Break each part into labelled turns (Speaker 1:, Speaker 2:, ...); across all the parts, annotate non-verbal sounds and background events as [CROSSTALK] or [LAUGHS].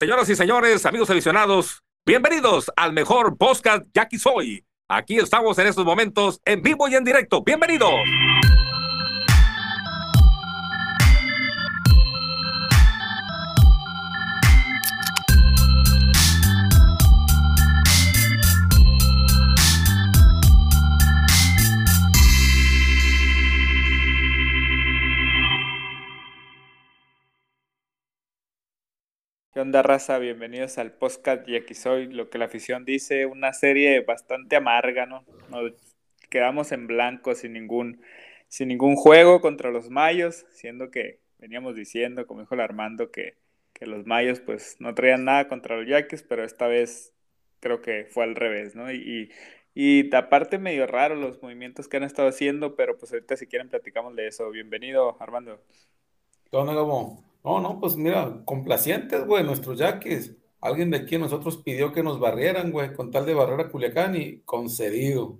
Speaker 1: Señoras y señores, amigos aficionados, bienvenidos al mejor podcast Jackie Soy. Aquí estamos en estos momentos en vivo y en directo. Bienvenidos.
Speaker 2: ¿Qué onda, raza? Bienvenidos al podcast y aquí soy lo que la afición dice, una serie bastante amarga, ¿no? Nos quedamos en blanco sin ningún, sin ningún juego contra los mayos, siendo que veníamos diciendo, como dijo el Armando, que, que los mayos pues no traían nada contra los yaquis, pero esta vez creo que fue al revés, ¿no? Y, y, y aparte medio raro los movimientos que han estado haciendo, pero pues ahorita si quieren platicamos de eso. Bienvenido, Armando.
Speaker 3: ¿Qué onda, Gabo? No, no, pues mira, complacientes, güey, nuestros yaquis. Alguien de aquí a nosotros pidió que nos barrieran, güey, con tal de barrer a Culiacán y concedido,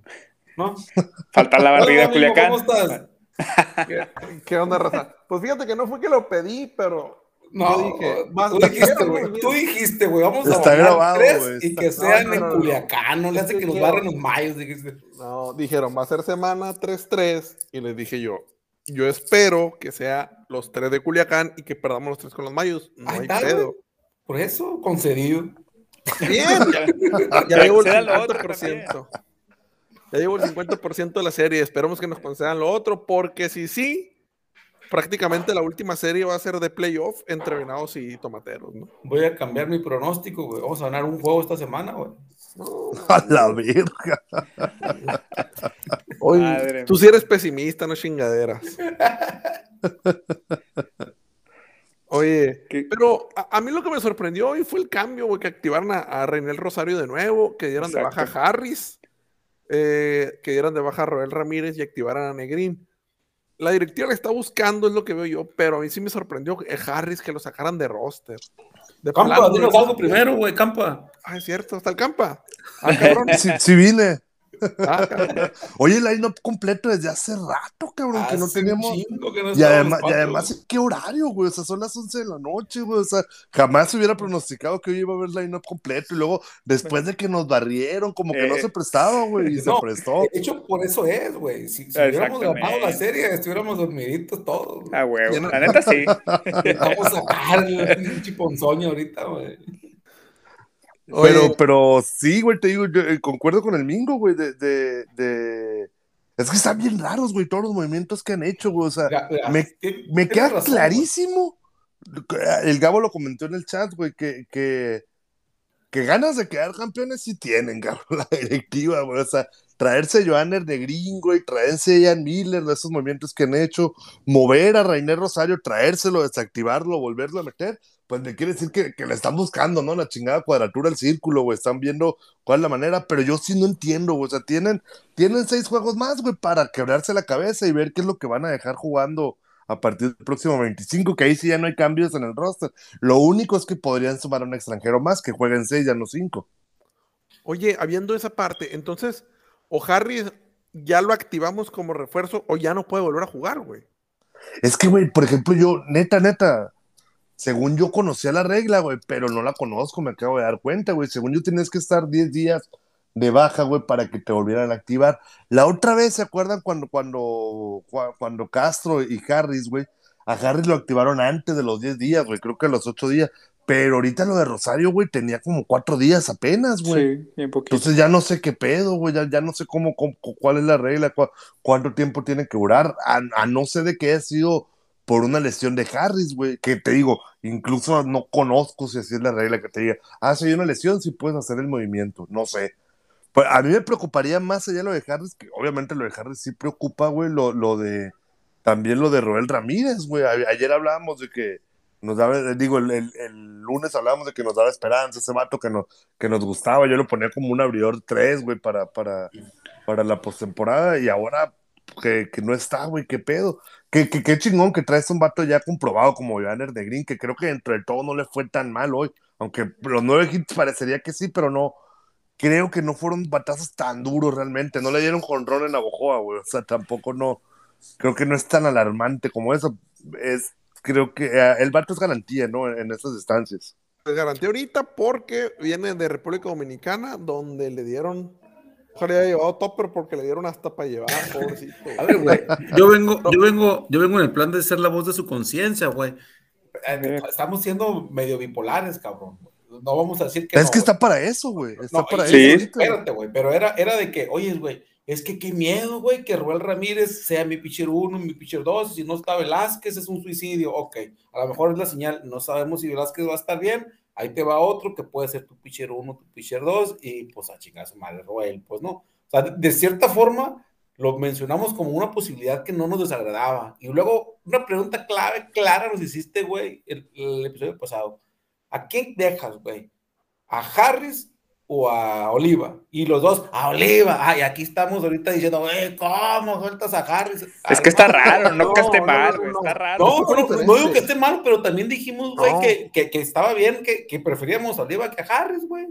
Speaker 3: ¿no?
Speaker 2: Falta
Speaker 3: [LAUGHS]
Speaker 2: la barrida a Culiacán.
Speaker 3: ¿Cómo estás?
Speaker 4: ¿Qué, ¿Qué onda, raza? Pues fíjate que no fue que lo pedí, pero
Speaker 3: no,
Speaker 4: yo dije,
Speaker 3: más tú dijiste, güey, tú dijiste, güey, vamos a
Speaker 5: Está
Speaker 3: bajar
Speaker 5: grabado,
Speaker 3: tres
Speaker 5: güey,
Speaker 3: y
Speaker 5: está-
Speaker 3: que sean
Speaker 4: no,
Speaker 3: en
Speaker 4: no, no.
Speaker 3: Culiacán, no le hace
Speaker 4: Es
Speaker 3: que
Speaker 4: que
Speaker 3: nos
Speaker 4: quiero-
Speaker 3: barren los mayos, dijiste.
Speaker 4: no, dijeron, va a ser semana 3-3 y les dije yo, yo espero que sea los tres de Culiacán y que perdamos los tres con los mayos. No
Speaker 3: Ahí
Speaker 4: hay
Speaker 3: está,
Speaker 4: pedo.
Speaker 3: güey. Por eso, concedido.
Speaker 4: Bien, [LAUGHS] ya,
Speaker 2: Ya
Speaker 4: llevo el
Speaker 2: sea lo otro
Speaker 4: 50%. Ya llevo el 50% de la serie. Esperemos que nos concedan lo otro, porque si sí, prácticamente la última serie va a ser de playoff entre venados y tomateros, ¿no?
Speaker 3: Voy a cambiar mi pronóstico, güey. Vamos a ganar un juego esta semana, güey.
Speaker 5: [LAUGHS] A la verga.
Speaker 4: Oye,
Speaker 2: Madre
Speaker 4: tú sí eres pesimista,
Speaker 3: [LAUGHS]
Speaker 4: no chingaderas. Oye,
Speaker 2: ¿Qué?
Speaker 4: pero a, a mí lo que me sorprendió hoy fue el cambio, güey, que activaron a, a Reinel Rosario de nuevo, que dieran de
Speaker 2: Exacto.
Speaker 4: baja a Harris, eh, que dieran de baja a Roel Ramírez y activaran a Negrín. La directiva le está buscando, es lo que veo yo, pero a mí sí me sorprendió que Harris que lo sacaran de roster. De
Speaker 3: Campa,
Speaker 4: plano,
Speaker 3: dinos
Speaker 4: güey.
Speaker 3: algo primero, güey, Campa.
Speaker 4: Ah, es cierto, hasta el campa. Ah, cabrón.
Speaker 3: [LAUGHS]
Speaker 5: Si, si vine.
Speaker 4: Ah, cabrón.
Speaker 5: Oye, el line-up completo desde hace rato, cabrón, que no
Speaker 3: Hace un
Speaker 5: tenemos.
Speaker 3: chingo que no
Speaker 5: Y además,
Speaker 3: estábamos cuatro,
Speaker 5: y
Speaker 3: güey.
Speaker 5: además, ¿qué horario, güey? O sea, son las 11 de la noche, güey. O sea, jamás se hubiera pronosticado que hoy iba a haber line-up completo. Y luego, después de que nos barrieron, como que no
Speaker 2: Eh,
Speaker 5: se prestaba, [LAUGHS] güey. Y se
Speaker 3: no,
Speaker 5: prestó.
Speaker 3: De hecho, por eso es, güey. Si, si hubiéramos ganado la
Speaker 2: Exactamente.
Speaker 3: serie, estuviéramos dormiditos todos. güey.
Speaker 2: A
Speaker 4: Ya
Speaker 2: huevo.
Speaker 4: no-
Speaker 2: La neta
Speaker 4: [LAUGHS]
Speaker 2: sí.
Speaker 3: Vamos a sacar el pinche ponzoño ahorita, güey.
Speaker 4: Oye,
Speaker 5: Pero, pero sí, güey, te digo, yo eh, concuerdo con el Mingo, güey, de, de, de- Es que están bien raros, güey, todos los movimientos que han hecho, güey. O sea,
Speaker 3: Ga- ga-
Speaker 5: me-
Speaker 3: ti-
Speaker 5: me
Speaker 3: tienes
Speaker 5: queda
Speaker 3: razón, güey.
Speaker 5: clarísimo. El Gabo lo comentó en el chat, güey, que, que, que ganas de quedar campeones sí tienen, [LAUGHS] Gabo, la directiva, güey. O sea, traerse a Johanner de gringo y traerse a Ian Miller, esos movimientos que han hecho, mover a Rainer Rosario, traérselo, desactivarlo, volverlo a meter, pues me quiere decir que, que le están buscando, ¿no? La chingada cuadratura del círculo, güey. Están viendo cuál es la manera, pero yo sí no entiendo, güey. O sea, tienen, tienen seis juegos más, güey, para quebrarse la cabeza y ver qué es lo que van a dejar jugando a partir del próximo 25, que ahí sí ya no hay cambios en el roster. Lo único es que podrían sumar a un extranjero más, que jueguen seis, ya no cinco.
Speaker 4: Oye, habiendo esa parte, entonces, o Harris ya lo activamos como refuerzo o ya no puede volver a jugar, güey.
Speaker 5: Es que, güey, por ejemplo, yo, neta, neta, según yo conocía la regla, güey, pero no la conozco, me acabo de dar cuenta, güey. Según yo tienes que estar 10 días de baja, güey, para que te volvieran a activar. La otra vez, ¿se acuerdan cuando, cuando, cua- cuando Castro y Harris, güey, a Harris lo activaron antes de los 10 días, güey, creo que a los 8 días. Pero ahorita lo de Rosario, güey, tenía como 4 días apenas, güey.
Speaker 2: Sí, bien poquito.
Speaker 5: Entonces ya no sé qué pedo, güey, ya, ya no sé cómo, cómo- cu- cuál es la regla, cua- cuánto tiempo tiene que durar, a, a no ser de que haya sido por una lesión de Harris, güey, que te digo, incluso no conozco si así es la regla que te diga, ah, si hay una lesión, si puedes hacer el movimiento, no sé. Pues a mí me preocuparía más allá lo de Harris, que obviamente lo de Harris sí preocupa, güey, lo, lo de, también lo de Roel Ramírez, güey, A- ayer hablábamos de que nos daba, digo, el, el- el lunes hablábamos de que nos daba esperanza ese vato que nos que nos gustaba. Yo lo ponía como un abridor 3, güey, para, para, para la postemporada. Y ahora que, que no está, güey, qué pedo. Qué, qué, qué chingón que traes un vato ya comprobado como Johanner de Green, que creo que dentro de todo no le fue tan mal hoy. Aunque los nueve hits parecería que sí, pero no. Creo que no fueron batazos tan duros realmente. No le dieron jonrón en Abojoa, güey. O sea, tampoco no. Creo que no es tan alarmante como eso. Es, creo que eh, el vato es garantía, ¿no? En, en estas instancias.
Speaker 4: les garantía ahorita porque viene de República Dominicana, donde le dieron. Ojalá haya llevado topper porque le dieron hasta para llevar, pobrecito.
Speaker 6: A ver, güey. Yo vengo, yo vengo, yo vengo en el plan de ser la voz de su conciencia, güey.
Speaker 3: Eh, Estamos siendo medio bipolares, cabrón. No vamos a decir que
Speaker 5: es
Speaker 3: no, güey.
Speaker 5: que está para eso, güey. Está
Speaker 3: No, y-
Speaker 5: para eso.
Speaker 2: sí.
Speaker 5: ahorita.
Speaker 3: Espérate, güey, pero era, era de que, oye, güey, es que qué miedo, güey, que Ruel Ramírez sea mi pitcher 1, mi pitcher 2, si no está Velázquez es un suicidio, ok, a lo mejor es la señal, no sabemos si Velázquez va a estar bien, ahí te va otro que puede ser tu pitcher 1, tu pitcher 2, y pues a chingar a su madre Ruel, pues no, o sea, de, de cierta forma lo mencionamos como una posibilidad que no nos desagradaba, y luego una pregunta clave, clara nos hiciste, güey, el- el episodio pasado, ¿a quién dejas, güey? ¿A Harris o a Oliva. Y los dos, a Oliva. Ay, aquí estamos ahorita diciendo, güey, ¿cómo sueltas a Harris?
Speaker 2: Es que está
Speaker 3: Al-
Speaker 2: raro, no, que esté
Speaker 4: no,
Speaker 2: mal,
Speaker 4: no,
Speaker 2: güey,
Speaker 4: no.
Speaker 2: está raro.
Speaker 3: No, no, no,
Speaker 4: diferente.
Speaker 3: no digo que esté mal, pero también dijimos, güey,
Speaker 4: No.
Speaker 3: que, que, que estaba bien, que, que preferíamos a Oliva que a Harris, güey.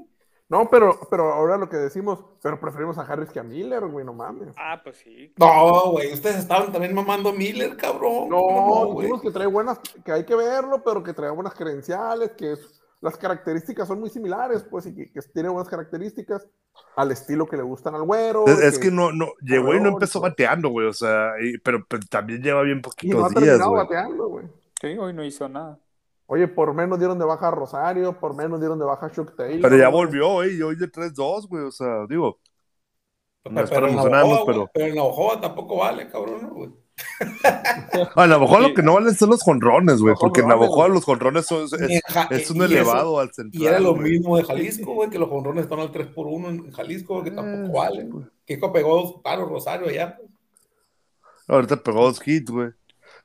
Speaker 4: No, pero, pero ahora lo que decimos, pero preferimos a Harris que a Miller, güey, no mames.
Speaker 2: Ah, pues sí.
Speaker 3: No, güey, ustedes estaban también mamando a Miller, cabrón. ¿Cómo
Speaker 4: No,
Speaker 3: güey.
Speaker 4: dijimos que trae buenas, que hay que verlo, pero que trae buenas credenciales, que es- las características son muy similares, pues, y que, que tiene buenas características al estilo que le gustan al güero.
Speaker 5: Es, es que no, no, llegó y no
Speaker 4: Cabrón,
Speaker 5: empezó
Speaker 4: güey.
Speaker 5: bateando, güey. O sea, y- pero, pero también lleva
Speaker 4: y
Speaker 5: bien
Speaker 4: no ha
Speaker 5: poquitos días,
Speaker 4: terminado
Speaker 5: güey.
Speaker 4: bateando, güey.
Speaker 2: Sí, hoy no hizo nada.
Speaker 4: Oye, por menos dieron de baja a Rosario, por menos dieron de baja a Chuck Taylor.
Speaker 5: Pero ya volvió, eh, y hoy de 3-2, güey. O sea, digo, no es para
Speaker 3: Pues, en
Speaker 5: emocionarnos,
Speaker 3: Navojoa, güey,
Speaker 5: pero.
Speaker 3: pero en Navojoa tampoco vale, cabrón, ¿no, güey.
Speaker 5: A lo mejor
Speaker 2: Sí.
Speaker 5: lo que no valen son los jonrones, güey.
Speaker 4: Los
Speaker 5: Porque en
Speaker 4: jonrones,
Speaker 5: Navajoa
Speaker 4: güey.
Speaker 5: los jonrones son- es,
Speaker 3: Y en Ja-
Speaker 5: es un
Speaker 3: y eso-
Speaker 5: elevado al central.
Speaker 3: Y era lo
Speaker 5: güey.
Speaker 3: mismo de Jalisco, güey, que los jonrones están al 3 por 1 en Jalisco, que tampoco
Speaker 5: Eh,
Speaker 3: vale.
Speaker 5: pues.
Speaker 3: Kiko pegó dos palos Rosario allá. pues.
Speaker 5: Ahorita pegó dos hits, güey.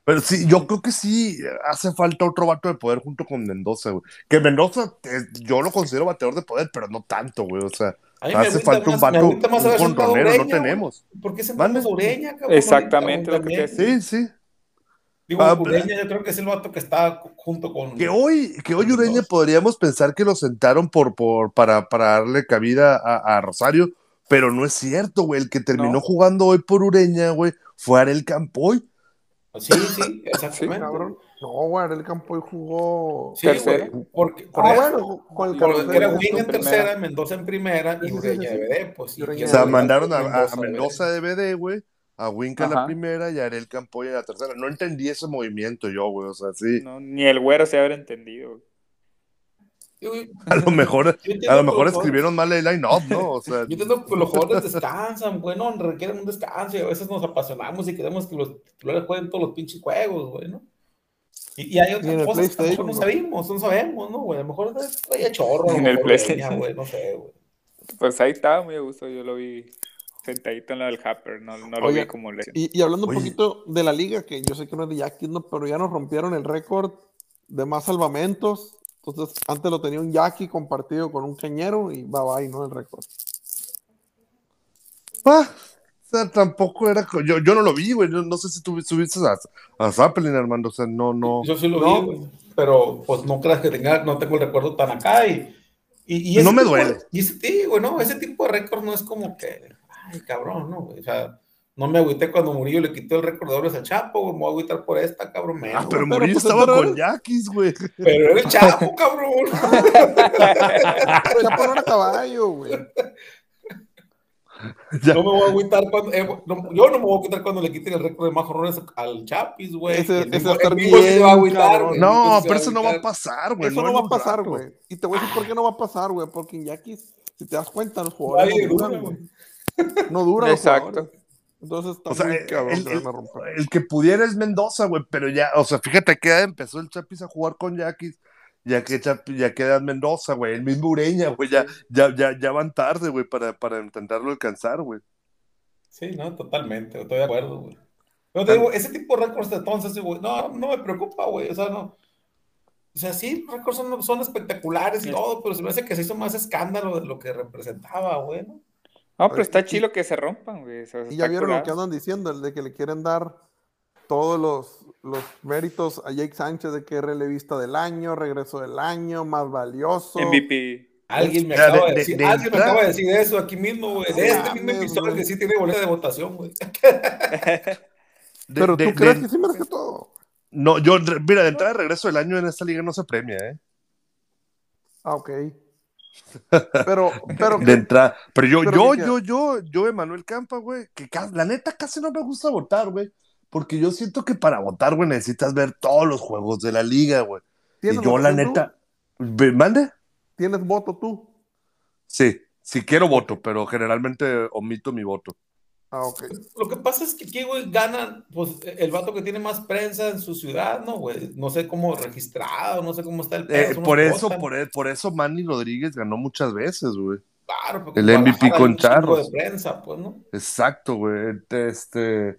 Speaker 5: Pero sí, yo creo que sí hace falta otro vato de poder junto con Mendoza, güey. Que Mendoza, eh, yo lo considero bateador de poder, pero no tanto, güey. O sea,
Speaker 3: A mí me
Speaker 5: hace
Speaker 3: agüita
Speaker 5: falta un
Speaker 3: más- me
Speaker 5: vato, un
Speaker 3: agüita más haber sentado
Speaker 5: jonronero, no
Speaker 3: Ureña, güey.
Speaker 5: tenemos.
Speaker 3: ¿Por qué se
Speaker 5: Mande.
Speaker 3: manda Ureña, cabrón?
Speaker 2: Exactamente lo que
Speaker 3: También.
Speaker 2: te decía.
Speaker 5: Sí, sí.
Speaker 3: Digo,
Speaker 5: Ah,
Speaker 3: Ureña yo creo que es el vato que está cu- junto con...
Speaker 5: Que hoy, que hoy
Speaker 3: Mendoza.
Speaker 5: Ureña podríamos pensar que lo sentaron por, por, para, para darle cabida a, a Rosario, pero no es cierto, güey. El que terminó
Speaker 2: No.
Speaker 5: jugando hoy por Ureña, güey, fue Arel Campoy.
Speaker 3: Sí,
Speaker 5: [LAUGHS]
Speaker 3: sí, exactamente.
Speaker 4: Cabrón. No, güey, Ariel Campoy jugó.
Speaker 3: Sí, güey,
Speaker 2: Tercero.
Speaker 3: Porque, por
Speaker 4: Ah,
Speaker 3: eso,
Speaker 4: bueno, con el
Speaker 3: porque era
Speaker 4: carrusel.
Speaker 3: Wing en
Speaker 2: en primera.
Speaker 3: tercera, Mendoza en primera y
Speaker 4: Sí, sí, sí,
Speaker 3: Ureña
Speaker 4: sí.
Speaker 3: de BD, pues. y-
Speaker 4: Ureña
Speaker 3: y-
Speaker 5: O
Speaker 4: de
Speaker 5: sea,
Speaker 4: Sí,
Speaker 5: mandaron a, a- a
Speaker 3: de BD.
Speaker 5: Mendoza de BD, güey, a Winca en la
Speaker 2: Ajá.
Speaker 5: primera y a Ariel Campoy en la tercera. No entendí ese movimiento yo, güey. O sea,
Speaker 3: [LAUGHS]
Speaker 5: sí.
Speaker 2: No, ni el güero se habrá entendido. güey.
Speaker 3: Yo- yo
Speaker 5: A lo mejor,
Speaker 3: entiendo
Speaker 5: a lo
Speaker 3: que
Speaker 5: mejor
Speaker 3: los jóvenes-
Speaker 5: escribieron mal el line-up, ¿no? O sea,
Speaker 3: Yo entiendo que los jugadores descansan, güey, no, requieren un descanso y a veces nos apasionamos y queremos que los titulares jueguen todos los pinches juegos, güey, ¿no? Y, y hay
Speaker 4: Y en
Speaker 3: otras
Speaker 4: el
Speaker 3: cosas que a lo mejor
Speaker 4: PlayStation,
Speaker 3: no
Speaker 4: güey.
Speaker 3: sabemos, no sabemos, ¿no, güey? A lo mejor traía chorro, a lo
Speaker 2: En el
Speaker 3: mejor
Speaker 2: PlayStation.
Speaker 3: venía, güey, no sé, güey.
Speaker 2: Pues ahí estaba muy a gusto, yo lo vi sentadito en la del Happer, no, no lo
Speaker 4: Oye,
Speaker 2: vi como le.
Speaker 4: Y, y hablando un
Speaker 5: Oye.
Speaker 4: poquito de la liga, que yo sé que no es de Yaquis, ¿no? pero ya nos rompieron el récord de más salvamentos. Entonces, antes lo tenía un Yaqui compartido con un cañero y va bye, ¿no? El
Speaker 5: [LAUGHS]
Speaker 4: récord.
Speaker 5: ah, o sea, tampoco era. co- Yo, yo no lo vi, güey. yo No sé si tú subiste a, a Zeppelin, Armando. O sea, no, no.
Speaker 3: Yo sí lo
Speaker 4: No.
Speaker 3: vi, güey, pero pues no creas que tenga, no tengo el recuerdo tan acá y... y- y ese
Speaker 5: No me
Speaker 3: tipo de-
Speaker 5: duele.
Speaker 3: y ese, sí, güey, no, ese tipo de récord no es como que, ay, cabrón, no, güey, o sea... No me agüité cuando Murillo le quitó el récord de oro al Chapo, güey. Me voy a agüitar por esta, cabrón. menos,
Speaker 5: Ah, pero
Speaker 4: pero,
Speaker 5: Murillo
Speaker 4: pues,
Speaker 5: estaba
Speaker 4: pero-
Speaker 5: con Yaquis, güey.
Speaker 3: Pero
Speaker 5: [LAUGHS]
Speaker 3: era el Chapo, cabrón.
Speaker 4: Pero ya por a caballo, güey.
Speaker 5: Ya.
Speaker 3: No me voy a agüitar cuando. eh, no- yo no me voy a agüitar cuando le quiten el récord de más jorrones al Chapis, güey.
Speaker 4: Ese-
Speaker 3: El
Speaker 4: ese va
Speaker 3: mismo-
Speaker 4: a estar
Speaker 3: el mismo se
Speaker 4: bien,
Speaker 3: va a agüitar,
Speaker 4: cabrón.
Speaker 3: güey.
Speaker 5: No,
Speaker 3: Entonces se
Speaker 5: pero eso no va a
Speaker 3: agüitar.
Speaker 5: pasar, güey.
Speaker 4: pues, Eso no va
Speaker 5: en
Speaker 4: a
Speaker 5: un
Speaker 4: pasar,
Speaker 5: rato.
Speaker 4: güey. Y te voy a decir por qué no va a pasar, güey. Porque en Yaquis, si te das cuenta, los jugadores
Speaker 3: Nadie
Speaker 4: no
Speaker 3: dura,
Speaker 4: duran,
Speaker 3: güey.
Speaker 4: güey. No duran los
Speaker 2: Exacto.
Speaker 4: jugadores. Entonces está
Speaker 5: O sea,
Speaker 4: muy
Speaker 5: el-
Speaker 4: cabrón
Speaker 5: el-
Speaker 4: que van a romper.
Speaker 5: El que pudiera es Mendoza, güey, pero ya, o sea, fíjate que empezó el Chapis a jugar con Yaquis, ya que Chap- ya queda Mendoza, güey, el mismo Ureña, güey, ya, ya, ya, ya van tarde, güey, para, para intentarlo alcanzar, güey.
Speaker 3: Sí, no, totalmente. Estoy de acuerdo, güey. Pero te digo, ese tipo de récords de entonces, güey, no, no me preocupa, güey. O sea, no. O sea, sí, los récords son, son espectaculares y todo, pero se me hace que se hizo más escándalo de lo que representaba, güey. ¿no?
Speaker 2: No, pero está
Speaker 4: Y-
Speaker 2: chilo que se rompan, güey. o sea,
Speaker 4: Y
Speaker 2: está
Speaker 4: ya vieron lo que
Speaker 2: curado.
Speaker 4: andan diciendo, el de que le quieren dar todos los, los méritos a Jake Sánchez de que es relevista del año, regreso del año, más valioso.
Speaker 2: MVP.
Speaker 3: Alguien me
Speaker 5: Mira,
Speaker 3: acaba
Speaker 5: de-
Speaker 3: de,
Speaker 5: de-
Speaker 3: decir,
Speaker 5: de
Speaker 3: alguien me
Speaker 5: entrada-
Speaker 3: acaba de decir eso aquí mismo, güey. De este mismo
Speaker 4: Mames,
Speaker 3: episodio
Speaker 4: güey.
Speaker 3: que sí tiene boleta de votación, güey. [LAUGHS]
Speaker 5: De-
Speaker 4: Pero
Speaker 5: de-
Speaker 4: tú crees
Speaker 5: de-
Speaker 4: que sí merece todo.
Speaker 5: No, yo, re- mira, de entrada de regreso del año en esta liga no se premia, ¿eh?
Speaker 4: Ah,
Speaker 5: [LAUGHS]
Speaker 4: ok. Pero, [LAUGHS] pero,
Speaker 5: De entrada. Pero yo,
Speaker 4: Pero
Speaker 5: yo,
Speaker 4: que-
Speaker 5: yo, yo, yo, Emanuel Campa, güey, que ca- la neta casi no me gusta votar, güey. Porque yo siento que para votar, güey, necesitas ver todos los juegos de la liga, güey.
Speaker 4: ¿tienes
Speaker 5: Y yo, la
Speaker 4: voto tú?
Speaker 5: neta. ¿Ve- ¿Mande?
Speaker 4: ¿Tienes voto tú?
Speaker 5: Sí, si quiero voto, pero generalmente omito mi voto.
Speaker 4: Ah, ok.
Speaker 3: Lo que pasa es que aquí, güey, gana pues, el vato que tiene más prensa en su ciudad, ¿no, güey? No sé cómo registrado, no sé cómo está el
Speaker 5: Eh,
Speaker 3: pedo, son
Speaker 5: por,
Speaker 3: los que
Speaker 5: eso,
Speaker 3: votan.
Speaker 5: por, e- por eso Manny Rodríguez ganó muchas veces, güey.
Speaker 3: Claro, porque
Speaker 5: el MVP
Speaker 3: Guadalajara
Speaker 5: con
Speaker 3: hay un chingo
Speaker 5: Charros.
Speaker 3: de prensa, pues, ¿no?
Speaker 5: Exacto, güey. Este. eh,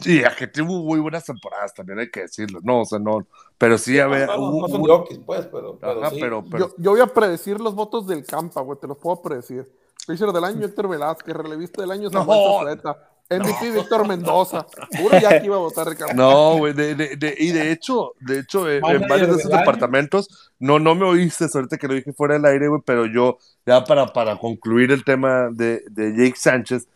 Speaker 5: Sí, a que tuvo muy buenas temporadas también, hay que decirlo. No, o sea, no. Pero sí, a
Speaker 3: No,
Speaker 5: ver.
Speaker 3: Ah, no, no,
Speaker 5: hubo-
Speaker 3: no son
Speaker 5: hubo-
Speaker 3: jockeys, pues, pero, pero
Speaker 5: Ajá,
Speaker 3: sí.
Speaker 5: pero, pero-
Speaker 4: Yo, yo voy a predecir los votos del Campa, güey, te los puedo predecir. Pitcher del año, Héctor Velázquez, relevista del año, Samuel
Speaker 5: No.
Speaker 4: Zazueta, MVP,
Speaker 5: [LAUGHS]
Speaker 4: Víctor Mendoza. Seguro ya que iba a votar el Campa.
Speaker 5: No, güey, de- de- de- y de hecho, de hecho, eh, en
Speaker 3: Manager
Speaker 5: varios de
Speaker 3: del
Speaker 5: esos
Speaker 3: año.
Speaker 5: departamentos, no, no me oíste, suerte que lo dije fuera del aire, güey, pero yo, ya para, para concluir el tema de, de Jake Sánchez,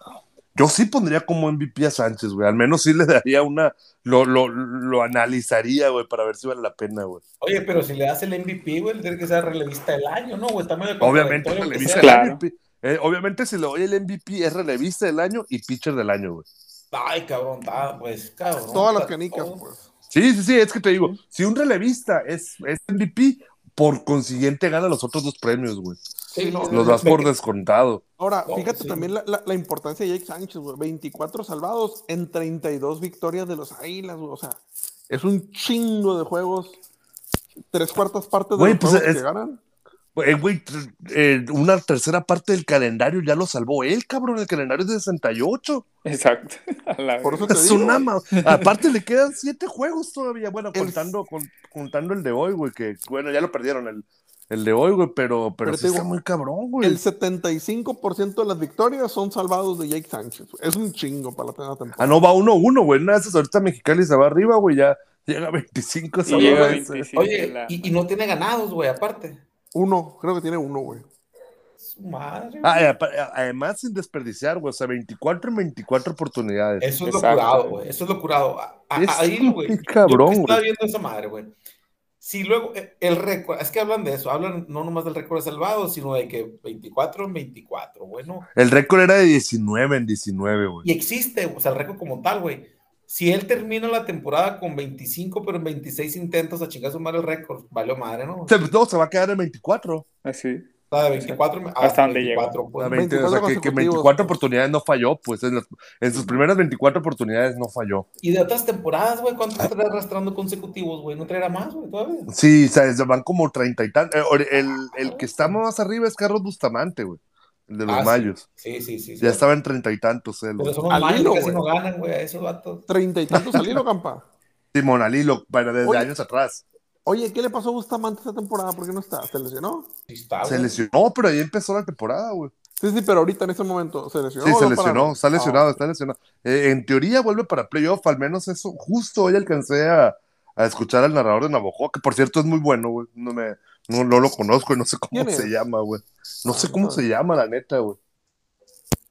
Speaker 5: yo sí pondría como MVP a Sánchez, güey, al menos sí le daría una, lo, lo, lo analizaría, güey, para ver si vale la pena, güey.
Speaker 3: Oye, pero si le das el MVP, güey, tiene que ser relevista del año, ¿no, güey? Está medio
Speaker 5: Obviamente,
Speaker 3: contradictorio que
Speaker 5: relevista
Speaker 3: sea-
Speaker 5: del
Speaker 2: Claro.
Speaker 5: año, pi- eh, obviamente si le doy el MVP es relevista del año y pitcher del año, güey.
Speaker 3: Ay, cabrón, está, pues, cabrón.
Speaker 4: Todas las
Speaker 3: está
Speaker 4: canicas,
Speaker 3: todo.
Speaker 4: pues.
Speaker 5: Sí, sí, sí, es que te digo, si un relevista es, es MVP, por consiguiente gana los otros dos premios, güey.
Speaker 3: Sí, no,
Speaker 5: Los das por descontado.
Speaker 4: Ahora,
Speaker 3: No,
Speaker 4: fíjate
Speaker 3: sí.
Speaker 4: también la, la- la importancia de Jake Sánchez, güey. 24 salvados en 32 victorias de los Águilas, güey. O sea, es un chingo de juegos. Tres cuartas partes de
Speaker 5: Güey,
Speaker 4: los
Speaker 5: pues,
Speaker 4: juegos
Speaker 5: es-
Speaker 4: que ganan.
Speaker 5: Eh, güey, tr- eh, una tercera parte del calendario ya lo salvó él, cabrón. El calendario es de 68.
Speaker 2: [LAUGHS] Exacto. [LAUGHS] A la
Speaker 4: Por eso te
Speaker 5: [LAUGHS] Es
Speaker 4: digo,
Speaker 5: una
Speaker 4: güey.
Speaker 5: ma- Aparte, le quedan siete juegos todavía. Bueno,
Speaker 4: El-
Speaker 5: contando, con- contando el de hoy, güey, que bueno, ya lo perdieron el, el de hoy, güey, pero, pero,
Speaker 4: Pero
Speaker 5: sí
Speaker 4: te digo,
Speaker 5: está muy cabrón, güey.
Speaker 4: El 75% de las victorias son salvados de Jake Sánchez. güey. Es un chingo para la primera temporada.
Speaker 5: Ah, no, va 1-1, güey. Una de esas ahorita Mexicali se va arriba, güey, ya llega a 25.
Speaker 2: Y
Speaker 5: se va
Speaker 2: llega
Speaker 5: a-
Speaker 2: 25
Speaker 3: Oye,
Speaker 2: la-
Speaker 3: y, y no tiene ganados, güey, aparte.
Speaker 4: Uno, creo que tiene uno, güey.
Speaker 3: Su madre.
Speaker 5: Ah,
Speaker 3: güey.
Speaker 5: y apa- a- además sin desperdiciar, güey, o sea, 24 en 24 oportunidades.
Speaker 3: Eso es
Speaker 2: Exacto.
Speaker 3: lo curado, güey. Eso es lo curado. A- a-
Speaker 5: Es
Speaker 3: Eh, ahí, güey.
Speaker 5: muy
Speaker 3: yo que
Speaker 5: cabrón,
Speaker 3: estaba
Speaker 5: güey.
Speaker 3: viendo esa madre, güey. Si luego eh, el récord, es que hablan de eso, hablan no nomás del récord de salvados, sino de que 24 en 24, bueno.
Speaker 5: El récord era de 19 en 19, güey.
Speaker 3: Y existe, o sea, el récord como tal, güey. Si él termina la temporada con 25, pero en 26 intentos a chingar su madre el récord, valió madre, ¿no?
Speaker 5: Se- No, se va a quedar en 24.
Speaker 2: Así.
Speaker 3: O sea, de 24 a
Speaker 2: Hasta donde
Speaker 3: 24,
Speaker 5: O sea,
Speaker 3: pues.
Speaker 5: 20, o sea,
Speaker 4: 24
Speaker 5: que, que
Speaker 4: consecutivos.
Speaker 5: 24 oportunidades no falló, pues en, las- en sus primeras 24 oportunidades no falló.
Speaker 3: Y de otras temporadas, güey, ¿cuántos trae arrastrando consecutivos, güey? ¿No traerá más, güey, todavía?
Speaker 5: Sí, o sea, se van como 30 y tal. Eh, or- El, el que está más arriba es Carlos Bustamante, güey. El de los
Speaker 3: Ah, sí.
Speaker 5: mayos.
Speaker 3: Sí, sí, sí. sí.
Speaker 5: Ya estaba en treinta y tantos eh, él,
Speaker 3: Pero
Speaker 5: güey.
Speaker 3: son los
Speaker 4: Al
Speaker 3: mayos
Speaker 4: hilo,
Speaker 3: que casi
Speaker 4: güey.
Speaker 3: no ganan, güey, a esos vatos.
Speaker 4: Treinta y tantos al
Speaker 5: [LAUGHS]
Speaker 4: hilo, campa.
Speaker 5: Simón Alilo, pero desde
Speaker 4: Oye.
Speaker 5: años atrás.
Speaker 4: Oye, ¿qué le pasó a Bustamante esta temporada? ¿Por qué no está? ¿Se lesionó?
Speaker 3: Sí
Speaker 4: Ah,
Speaker 3: está,
Speaker 5: Se
Speaker 3: güey.
Speaker 5: lesionó, pero ahí empezó la temporada, güey.
Speaker 4: Sí, sí, pero ahorita en ese momento se lesionó.
Speaker 5: Sí,
Speaker 4: ¿o
Speaker 5: se
Speaker 4: no
Speaker 5: lesionó,
Speaker 4: pararon?
Speaker 5: está lesionado,
Speaker 4: Ah,
Speaker 5: está lesionado. Eh, en teoría vuelve para playoff, al menos eso, justo hoy alcancé a, a escuchar al narrador de Navajo, que por cierto es muy bueno, güey. No, me, no, no lo conozco y no sé cómo
Speaker 4: ¿Quién es?
Speaker 5: se llama, güey. No sé
Speaker 4: Ah,
Speaker 5: cómo
Speaker 4: no.
Speaker 5: se llama, la neta, güey.